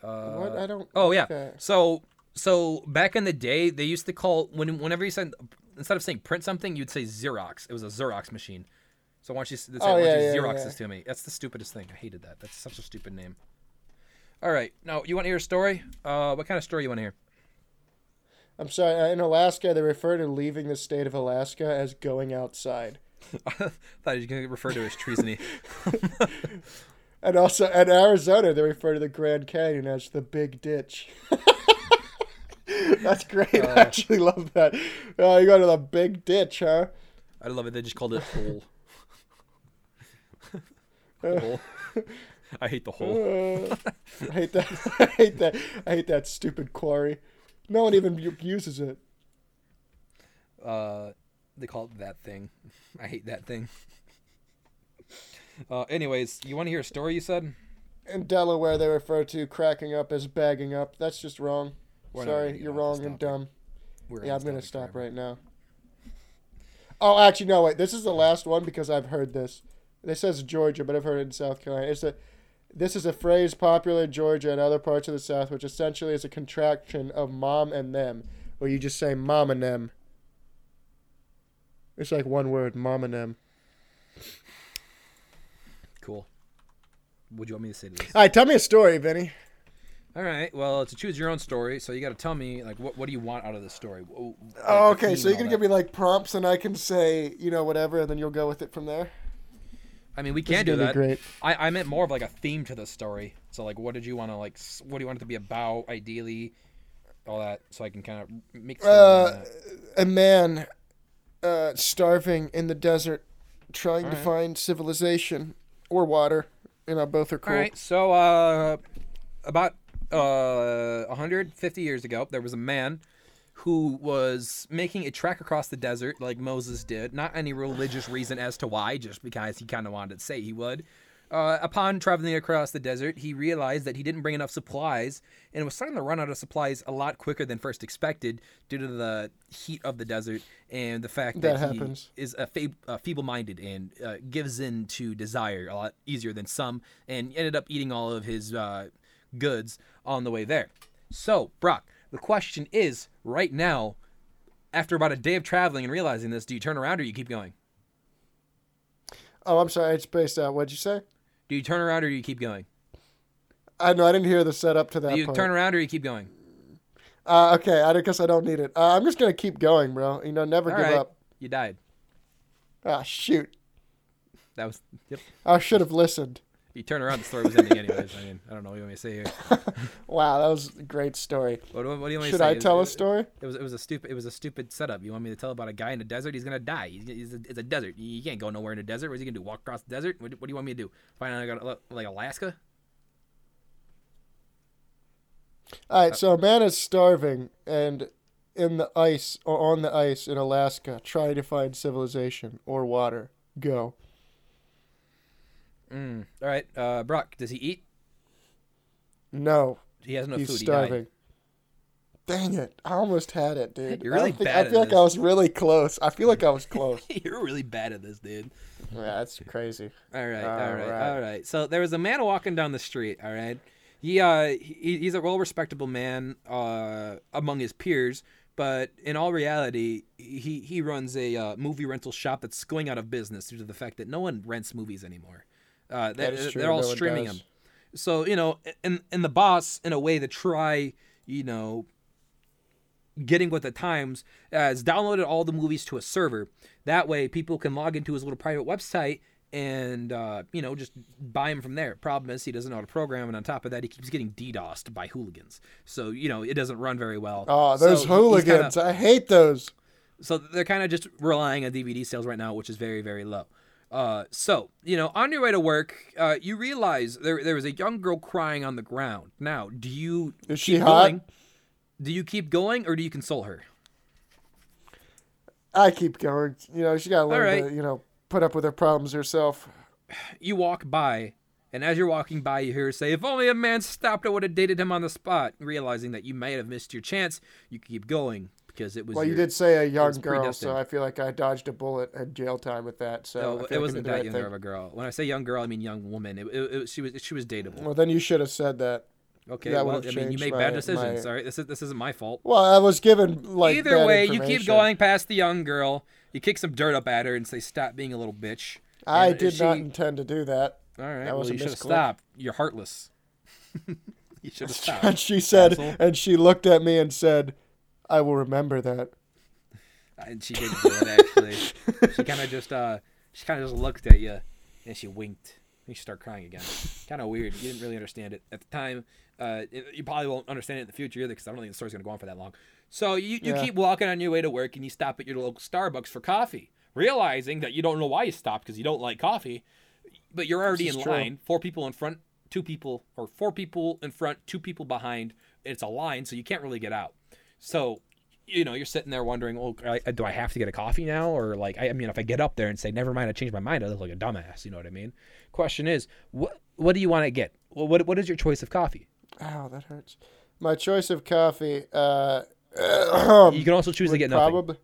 Uh, What? I don't. Oh yeah. Okay. So so back in the day, they used to call when whenever you sent instead of saying print something, you'd say Xerox. It was a Xerox machine. So why don't you say, Oh, why don't yeah, you yeah, Xerox yeah. this to me? That's the stupidest thing. I hated that. That's such a stupid name. All right. Now you want to hear a story? Uh, what kind of story you want to hear? [LAUGHS] I'm sorry. uh, In Alaska, they refer to leaving the state of Alaska as going outside, I thought you were gonna refer to it as treasony. [LAUGHS] and also in Arizona, they refer to the Grand Canyon as the Big Ditch. [LAUGHS] That's great. Uh. I actually love that. Oh, you go to the Big Ditch, huh? I love it. They just called it hole. [LAUGHS] [LAUGHS] hole. I hate the hole. Uh, [LAUGHS] I hate that. [LAUGHS] I hate that. I hate that stupid quarry. No one even u- uses it. Uh, They call it that thing. [LAUGHS] I hate that thing. [LAUGHS] Uh, anyways, you want to hear a story? You said. In Delaware, they refer to cracking up as bagging up. That's just wrong. We're not gonna Sorry, get you're off wrong this and topic. dumb. We're Yeah, on I'm gonna this topic stop forever. right now. Oh, actually, no, wait. This is the last one because I've heard this. This says Georgia, but I've heard it in South Carolina. It's a, this is a phrase popular in Georgia and other parts of the South, which essentially is a contraction of mom and them, where you just say mom and them. It's like one word, mom and them. Cool. What do you want me to say to this? All right, tell me a story, Vinny. All right. Well, to choose your own story, so you got to tell me like what what do you want out of this story? Oh, Oh, okay, so you're gonna give me like prompts, and I can say you know whatever, and then you'll go with it from there. I mean, we This is can do gonna be that. great. I I meant more of like a theme to the story. So like, what did you want to like? s- What do you want it to be about? Ideally, all that. So I can kind of mix. something Uh, like that. a man uh, starving in the desert, trying to Alright. find civilization or water. You know, both are cool. All right. So uh, about uh 150 years ago, there was a man who was making a trek across the desert like Moses did. Not any religious reason as to why, just because he kind of wanted to say he would. Uh, upon traveling across the desert, he realized that he didn't bring enough supplies and was starting to run out of supplies a lot quicker than first expected due to the heat of the desert and the fact that, That he happens. is a fab- uh, feeble-minded and uh, gives in to desire a lot easier than some, and ended up eating all of his uh, goods on the way there. So, Brock, the question is, right now, after about a day of traveling and realizing this, do you turn around or you keep going? Oh, I'm sorry, I spaced out. What'd you say? Do you turn around or do you keep going? I know I didn't hear the setup to that Do you part. turn around or you keep going? uh, okay, I guess I don't need it. Uh, I'm just gonna keep going, bro. You know, never All give right, up. you died. Ah, shoot, That was. Yep. I should have listened. You turn around, the story was ending anyways. I mean, I don't know what you want me to say here. Wow, that was a great story. What, do- what do you want me to Should say? I It- tell it- a story? It was it was a stupid it was a stupid setup. You want me to tell about a guy in a desert? He's gonna die. He's, he's a, it's a desert. You you can't go nowhere in a desert. What's he gonna do? Walk across the desert? What, do- what do you want me to do? Find out I got like Alaska? All right, so a man is starving and in the ice or on the ice in Alaska, trying to find civilization or water. Go. Mm. All right, uh, Brock. Does he eat? No, He has no he's food. He died. starving. Dang it! I almost had it, dude. You're I don't really think, bad I at feel like this. I was really close. I feel like I was close. [LAUGHS] [LAUGHS] You're really bad at this, dude. yeah, that's crazy. All right, all right, Alright. all right. So there was a man walking down the street. All right, he, uh, he he's a well respectable man uh, among his peers, but in all reality, he he runs a uh, movie rental shop that's going out of business due to the fact that no one rents movies anymore. Uh, they, That is true, They're all no one streaming does. them. So you know, and and the boss, in a way, to try you know getting with the times has downloaded all the movies to a server that way people can log into his little private website and uh, you know just buy them from there problem is he doesn't know how to program and on top of that he keeps getting ddosed by hooligans so you know it doesn't run very well Oh, So those he's kinda- hooligans! I hate those. so they're kind of just relying on DVD sales right now, which is very, very low. Uh, so you know, on your way to work, uh, you realize there there was a young girl crying on the ground. Now, do you Is keep she hot? going? Do you keep going or do you console her? I keep going. You know, she got to learn Alright. to you know put up with her problems herself. You walk by, and as you're walking by, you hear her say, "If only a man stopped, I would have dated him on the spot." Realizing that you might have missed your chance, you keep going because it was. Well, you your- did say a young was girl, so predestined. I feel like I dodged a bullet and jail time with that. So I No, feel like I it wasn't did the that right young thing. of a girl. When I say young girl, I mean young woman. It, it, it, she was she was dateable. Well, then you should have said that. Okay, That well, would've I mean, you changed make my- bad decisions. my- All right, this is this isn't my fault. Well, I was given like Either bad way, you keep information. going past the young girl. You kick some dirt up at her and say, "Stop being a little bitch." I And did she- not intend to do that. All right, that well, was a you should have misclick. stopped. You're heartless. [LAUGHS] you should [LAUGHS] have And stopped. she said, asshole. and she looked at me and said, "I will remember that." And she didn't do it [LAUGHS] actually. she kind of just uh, she kind of just looked at you, and she winked. And she started crying again. Kind of weird. You didn't really understand it at the time. Uh, it- you probably won't understand it in the future either, because I don't think the story's gonna go on for that long. So you, you Yeah. keep walking on your way to work, and you stop at your local Starbucks for coffee, realizing that you don't know why you stopped because you don't like coffee, but you're already is in true. line. Four people in front, two people, or four people in front, two people behind. It's a line, so you can't really get out. So you know, you're sitting there wondering, well, I, I- do I have to get a coffee now? Or like, I, I mean, if I get up there and say, never mind, I changed my mind, I look like a dumbass. You know what I mean? Question is, what what do you want to get? Well, what what is your choice of coffee? Ow, that hurts. My choice of coffee. Uh, [CLEARS THROAT] You can also choose to get nothing. probably.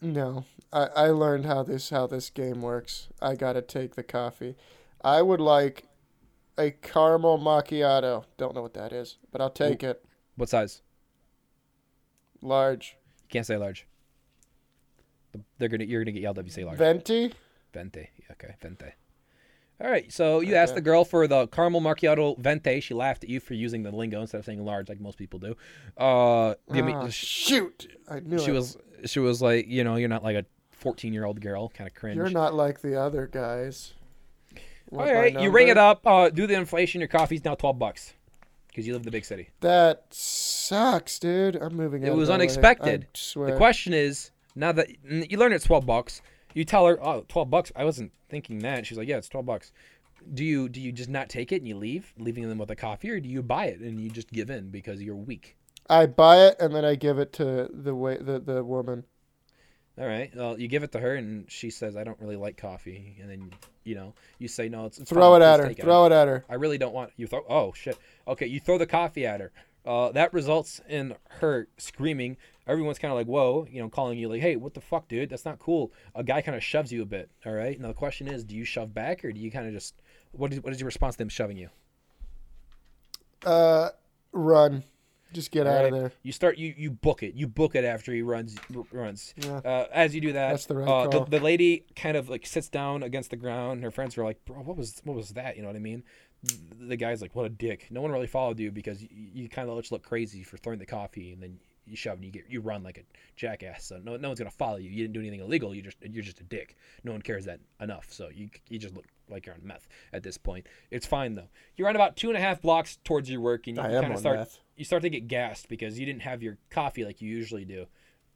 No, I, I learned how this how this game works. I gotta take the coffee. I would like a caramel macchiato. Don't know what that is, but I'll take it. What size? Large. You can't say large. They're gonna you're gonna get yelled at if you say large. Venti. Vente. Okay, vente. All right, so you asked the girl for the caramel macchiato vente. She laughed at you for using the lingo instead of saying large, like most people do. Uh, I mean, Ah, sh- shoot! I knew she it. was she was like, you know, you're not like a 14 year old girl, kind of cringe. You're not like the other guys. All right, Oh, you ring it up. Uh, do the inflation. Your coffee's now 12 bucks because you live in the big city. That sucks, dude. I'm moving. out It of was LA. I unexpected. swear. The question is, now that n- you learn it's 12 bucks, you tell her, "Oh, 12 bucks. I wasn't thinking that." She's like, "Yeah, it's 12 bucks." Do you do you just not take it and you leave, leaving them with a coffee, or do you buy it and you just give in because you're weak? I buy it and then I give it to the way the, the woman. All right. Well, you give it to her and she says, "I don't really like coffee," and then you know you say, "No, it's it's Throw fine, it at please her. take Throw it at her. I really don't want you throw. Oh shit. Okay, you throw the coffee at her. Uh, that results in her screaming. Everyone's kind of like, "Whoa!" You know, calling you like, "Hey, what the fuck, dude? That's not cool." A guy kind of shoves you a bit. All right. Now the question is, do you shove back or do you kind of just what is what is your response to them shoving you? Uh, run. Just get out of Right? there. You start you you book it. You book it after he runs r- runs. Yeah. Uh, as you do that, That's the right uh, call. The, the lady kind of like sits down against the ground. and Her friends were like, "Bro, what was what was that?" You know what I mean? The guy's like, "What a dick." No one really followed you because you, you kind of just look crazy for throwing the coffee and then you shove and you get you run like a jackass. So no, no one's gonna follow you. You didn't do anything illegal. You just you're just a dick. No one cares that enough. So you you just look like you're on meth at this point. It's fine though. You run about two and a half blocks towards your work and you, I you am kind of on start meth. you start to get gassed because you didn't have your coffee like you usually do,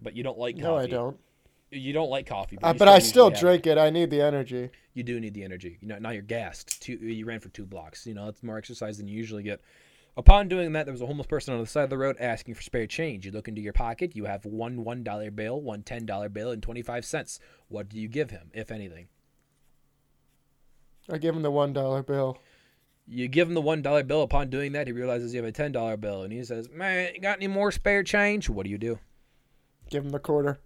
but you don't like coffee. No, I don't. You don't like coffee, Uh, you but I usually still have it. drink it. I need the energy. You do need the energy. You know, now you're gassed. Two, you ran for two blocks. You know, that's more exercise than you usually get. Upon doing that, there was a homeless person on the side of the road asking for spare change. You look into your pocket. You have one one dollar bill, one ten dollar bill, and twenty five cents. What do you give him, if anything? I give him the one dollar bill. You give him the one dollar bill. Upon doing that, he realizes you have a ten dollar bill, and he says, "Man, you got any more spare change?" What do you do? Give him the quarter.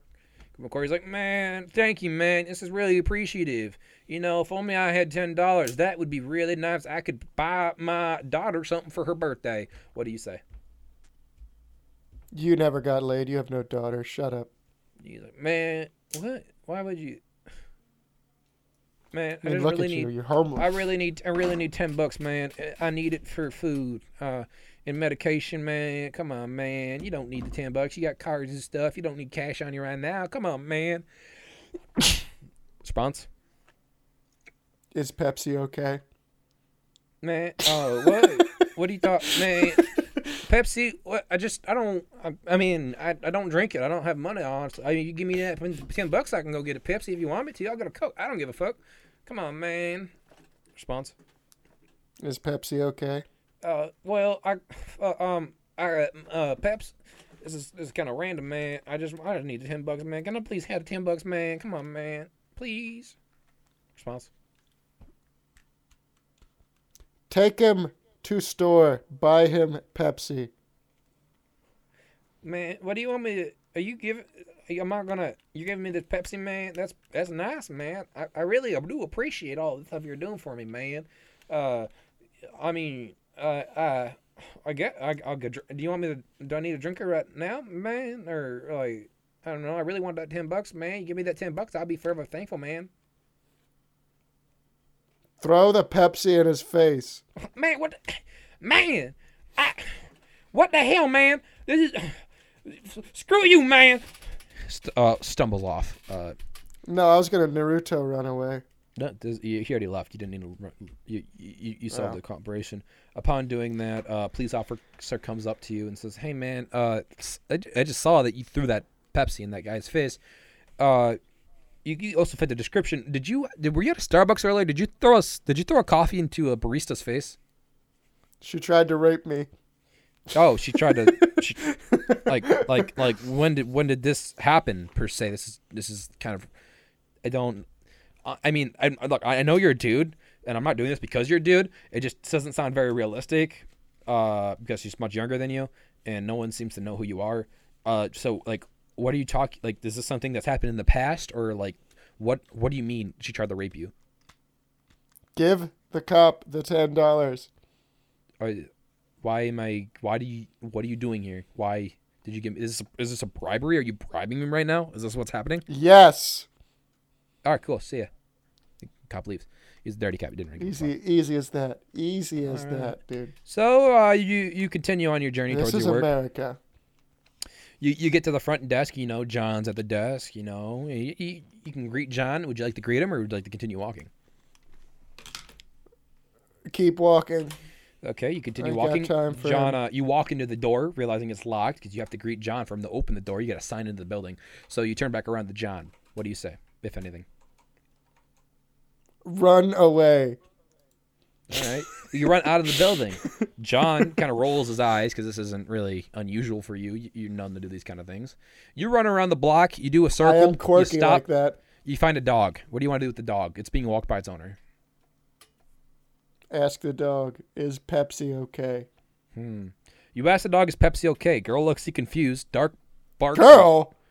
McCory's like, man, thank you, man. This is really appreciative. You know, if only I had ten dollars, that would be really nice. I could buy my daughter something for her birthday. What do you say? You never got laid. You have no daughter. Shut up. He's like, man, what? Why would you? Man, I I mean, just look really at you. need. You're homeless. I really need. I really need ten bucks, man. I need it for food uh, and medication, man. Come on, man. You don't need the ten bucks. You got cards and stuff. You don't need cash on you right now. Come on, [LAUGHS] man. Response. Is Pepsi okay? [LAUGHS] man. Oh, what? what do you thought, man? Pepsi? What? I just, I don't. I, I mean, I, I don't drink it. I don't have money. Honestly, I mean, you give me that ten bucks, I can go get a Pepsi if you want me to. I'll get a Coke. I don't give a fuck. Come on, man. Response. Is Pepsi okay? Uh, well, I, uh, um, I, uh, Peps. This is this is kind of random, man. I just, I just need ten bucks, man. Can I please have ten bucks, man? Come on, man. Please. Response. Take him to store. Buy him Pepsi. Man, what do you want me to? Are you giving? Am I gonna? You giving me this Pepsi, man? That's that's nice, man. I, I really do appreciate all the stuff you're doing for me, man. Uh, I mean, uh, I, I get. I, I'll get. dr- Do you want me to? Do I need a drinker right now, man? Or like, I don't know. I really want that ten bucks, man. You give me that ten bucks, I'll be forever thankful, man. Throw the Pepsi in his face. man, what, the, man, I, what the hell, man? This is, [SIGHS] screw you, man. St- uh, stumbles off. Uh, No, I was gonna Naruto run away. no, this, you, he already left. You didn't need to. Run, you you, you solved the comparison. Upon doing that, uh, police officer comes up to you and says, "Hey, man, uh, s- I, ju- I just saw that you threw that Pepsi in that guy's face. Uh, you, you also fit the description. Did you? Did, were you at a Starbucks earlier? Did you throw us? Did you throw a coffee into a barista's face?" She tried to rape me. Oh, she tried to, she, like, like, like. When did when did this happen per se? This is this is kind of, I don't. I I mean, I I- look. I know you're a dude, and I'm not doing this because you're a dude. It just doesn't sound very realistic, uh, because she's much younger than you, and no one seems to know who you are. Uh, so like, what are you talking? Like, is this something that's happened in the past, or like, what what do you mean she tried to rape you? Give the cop the ten dollars. Or why am I? Why do you? What are you doing here? Why did you give me? Is this, is this a bribery? Are you bribing me right now? Is this what's happening? Yes. All right, cool. See ya. The cop leaves. He's a dirty cop. He didn't really give a fuck. Easy, easy as that. Easy as that, dude. So uh, you you continue on your journey This towards is your work. America. You you get to the front desk. You know John's at the desk. You know you, you, you can greet John. Would you like to greet him, or would you like to continue walking? Keep walking. Okay, you continue I got walking. time for John, uh, you walk into the door, realizing it's locked because you have to greet John. For him to open the door, you got to sign into the building. So you turn back around to John. What do you say, if anything? Run away. All right. You run out of the building. John kind of rolls his eyes because this isn't really unusual for you. You- You're known to do these kind of things. You run around the block. You do a I circle. am quirky you stop. like that. You find a dog. What do you want to do with the dog? It's being walked by its owner. Ask the dog. Is Pepsi okay? You ask the dog, "Is Pepsi okay?" Girl looks confused. Dark barks. Girl. [LAUGHS]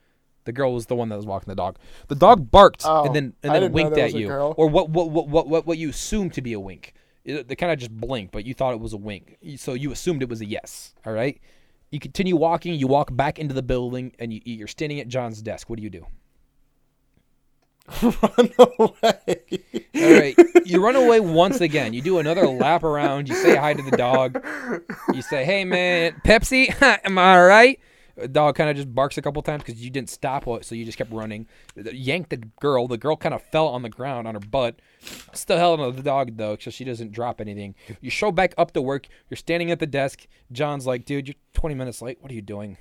The girl was the one that was walking the dog. The dog barked Oh, and then and I then didn't know winked that at was a you, girl. or what what what what what, what you assumed to be a wink. It, they kind of just blinked, but you thought it was a wink, You- so you assumed it was a yes. All right. You continue walking. You walk back into the building, and you, you're standing at John's desk. What do you do? Run away. [LAUGHS] All right. You run away once again. You do another lap around. You say hi to the dog. You say, "Hey, man, Pepsi, [LAUGHS] am I all right?" The dog kind of just barks a couple times because you didn't stop, wa- so you just kept running. Yanked the girl. The girl kind of fell on the ground on her butt. Still held on to the dog though, so she doesn't drop anything. You show back up to work. You're standing at the desk. John's like, "Dude, you're 20 minutes late. What are you doing?"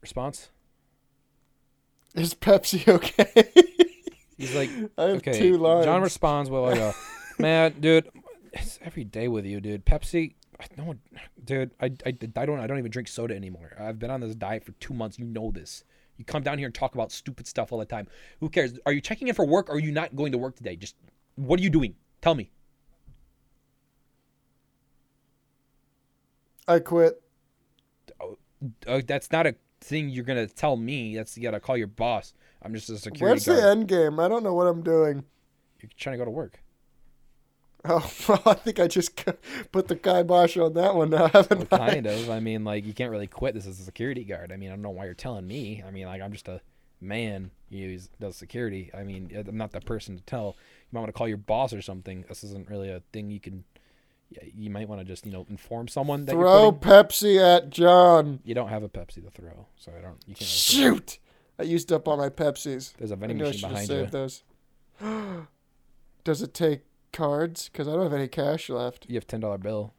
Response. Is Pepsi okay? [LAUGHS] He's like, I [LAUGHS] have okay. two lines. John responds, well, I [LAUGHS] go, man, dude, it's every day with you, dude. Pepsi, I don't, dude, I, I, I don't, I don't even drink soda anymore. I've been on this diet for two months. You know this. You come down here and talk about stupid stuff all the time. Who cares? Are you checking in for work? Or are you not going to work today? Just, what are you doing? Tell me. I quit. Uh, that's not a thing you're gonna tell me. That's you gotta call your boss. I'm just a security Where's guard. the end game? I don't know what I'm doing. You're trying to go to work. [LAUGHS] Oh, well, I think I just [LAUGHS] c- put the kibosh on that one now, haven't I? kind of. I mean, like you can't really quit this as a security guard. I mean, I don't know why you're telling me. I mean, like I'm just a man. who is- does security. I mean, I'm not the person to tell. You might want to call your boss or something. This isn't really a thing you can. yeah, You might want to just you know inform someone that you're Throw quitting. Pepsi at John. You don't have a Pepsi to throw, so I don't. You can't. Really throw. Shoot! I used up all my Pepsis. There's a I vending knew I machine should have behind saved you. those. [GASPS] Does it take cards? Because I don't have any cash left. You have ten dollar bill.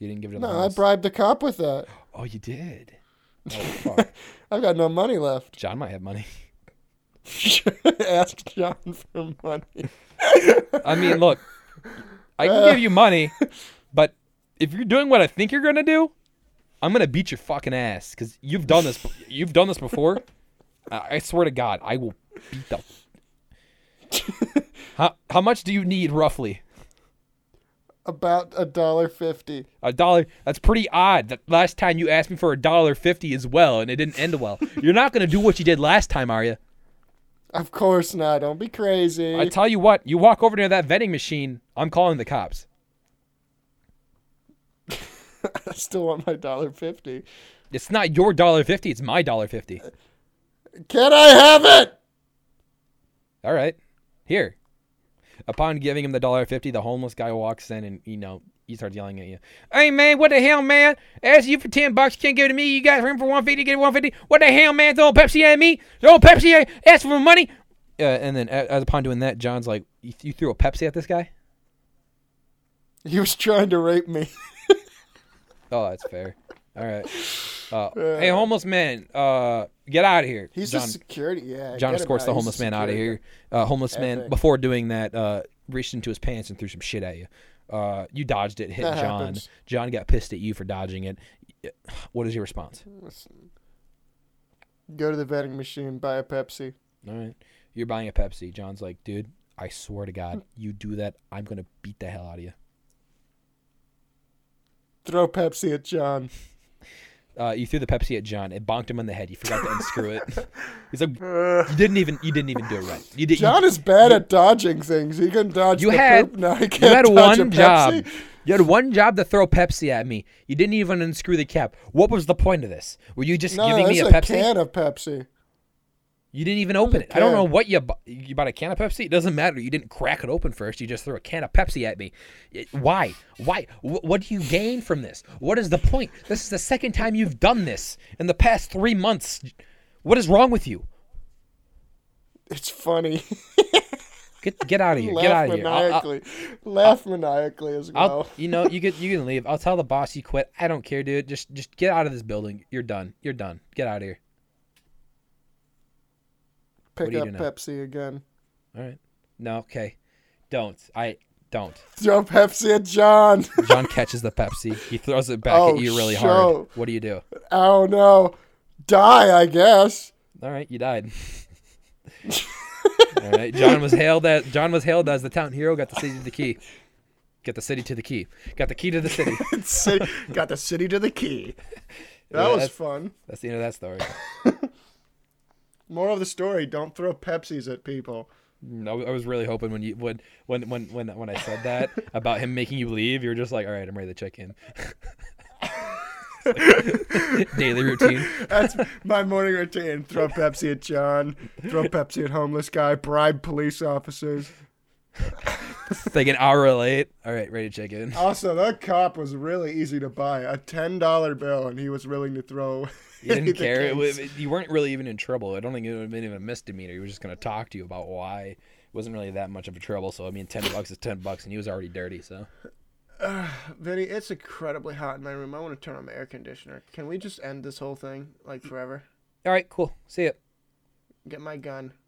You didn't give it. to the No, I homeless. bribed the cop with that. Oh, [LAUGHS] you did. Oh fuck. I've got no money left. [LAUGHS] John might have money. Ask John for money. I mean, look, I can give you money, but if you're doing what I think you're gonna do, I'm gonna beat your fucking ass because you've done this. You've done this before. I, I swear to God, I will beat the. how, how much do you need roughly? About a dollar fifty. A dollar. That's pretty odd. That last time you asked me for a dollar fifty as well, and it didn't end well. You're not gonna do what you did last time, are you? Of course not. Don't be crazy. I tell you what, you walk over near that vending machine. I'm calling the cops. [LAUGHS] I still want my dollar fifty. It's not your dollar fifty. It's my dollar fifty. Can I have it? All right, here. Upon giving him the dollar fifty, the homeless guy walks in and you know he starts yelling at you. Hey man, what the hell, man? Asked you for ten bucks, you can't give it to me. You got room for one fifty, get one fifty. What the hell, man? Throwing Pepsi at me? Throwing Pepsi at? Ask for money? Uh, and then a- as upon doing that, John's like, you, you threw a Pepsi at this guy? He was trying to rape me. [LAUGHS] Oh, that's fair. All right. Uh, hey, homeless man, uh, get out of here. He's John, a security. Yeah. John get him escorts out. the He's a homeless man out of security here. Uh, homeless man, Epic. before doing that, uh, reached into his [LAUGHS] pants and threw some shit at you. Uh, you dodged it, hit That John. happens. John got pissed at you for dodging it. [SIGHS] What is your response? Listen. Go to the vending machine, buy a Pepsi. All right. You're buying a Pepsi. John's like, dude, I swear to Mm. God, you do that, I'm going to beat the hell out of you. Throw Pepsi at John. Uh, you threw the Pepsi at John. It bonked him on the head. You forgot to [LAUGHS] unscrew it. He's like, you didn't even, you didn't even do it right. [LAUGHS] You did. John you, is bad at dodging things. He can dodge you the had, poop. Now he can't [LAUGHS] you had dodge a one job. Pepsi. You had one job to throw Pepsi at me. You didn't even unscrew the cap. What was the point of this? Were you just No, giving that's me a a, Pepsi? can of Pepsi. You didn't even open it. a I don't can. know what you bu- you bought a can of Pepsi. It doesn't matter. You didn't crack it open first. You just threw a can of Pepsi at me. It- why? Why? Wh- what do you gain from this? What is the point? This is the second time you've done this in the past three months. What is wrong with you? It's funny. [LAUGHS] Get get out of here. Get Laugh out of here. I'll- I'll- maniacally. Laugh maniacally as I'll, well. you know, you could you can leave. I'll tell the boss you quit. I don't care, dude. Just just get out of this building. You're done. You're done. Get out of here. Pick do you up do now? Pepsi again. All right. No. Okay. Don't. I don't. Throw Pepsi at John. [LAUGHS] John catches the Pepsi. He throws it back Oh, at you really show. hard. What do you do? oh no. Die, I guess. All right, you died. All right, John was hailed as John was hailed as the town hero. Got the city to the key. Got the city to the key. Got the key to the city. City, got the city to the key. That Yeah, was that's- fun. That's the end of that story. Moral of the story: Don't throw Pepsis at people. I was- I was really hoping when you when when when when when I [LAUGHS] said that about him making you leave, you were just like, all right, I'm ready to check in. [LAUGHS] Daily routine. That's my morning routine. Throw Pepsi at John. Throw Pepsi at homeless guy. Bribe police officers. It's like an hour late. All right, ready to check in. Also, that cop was really easy to buy. A ten dollar bill, and he was willing to throw. [LAUGHS] You didn't the care. It case. wa- it- you weren't really even in trouble. I don't think it would have been even a misdemeanor. He was just going to talk to you about why. It wasn't really that much of a trouble. So, I mean, 10 bucks is 10 bucks, and he was already dirty. So, Vinny, it's incredibly hot in my room. I want to turn on my air conditioner. Can we just end this whole thing like forever? all right, cool. See ya. Get my gun. [LAUGHS]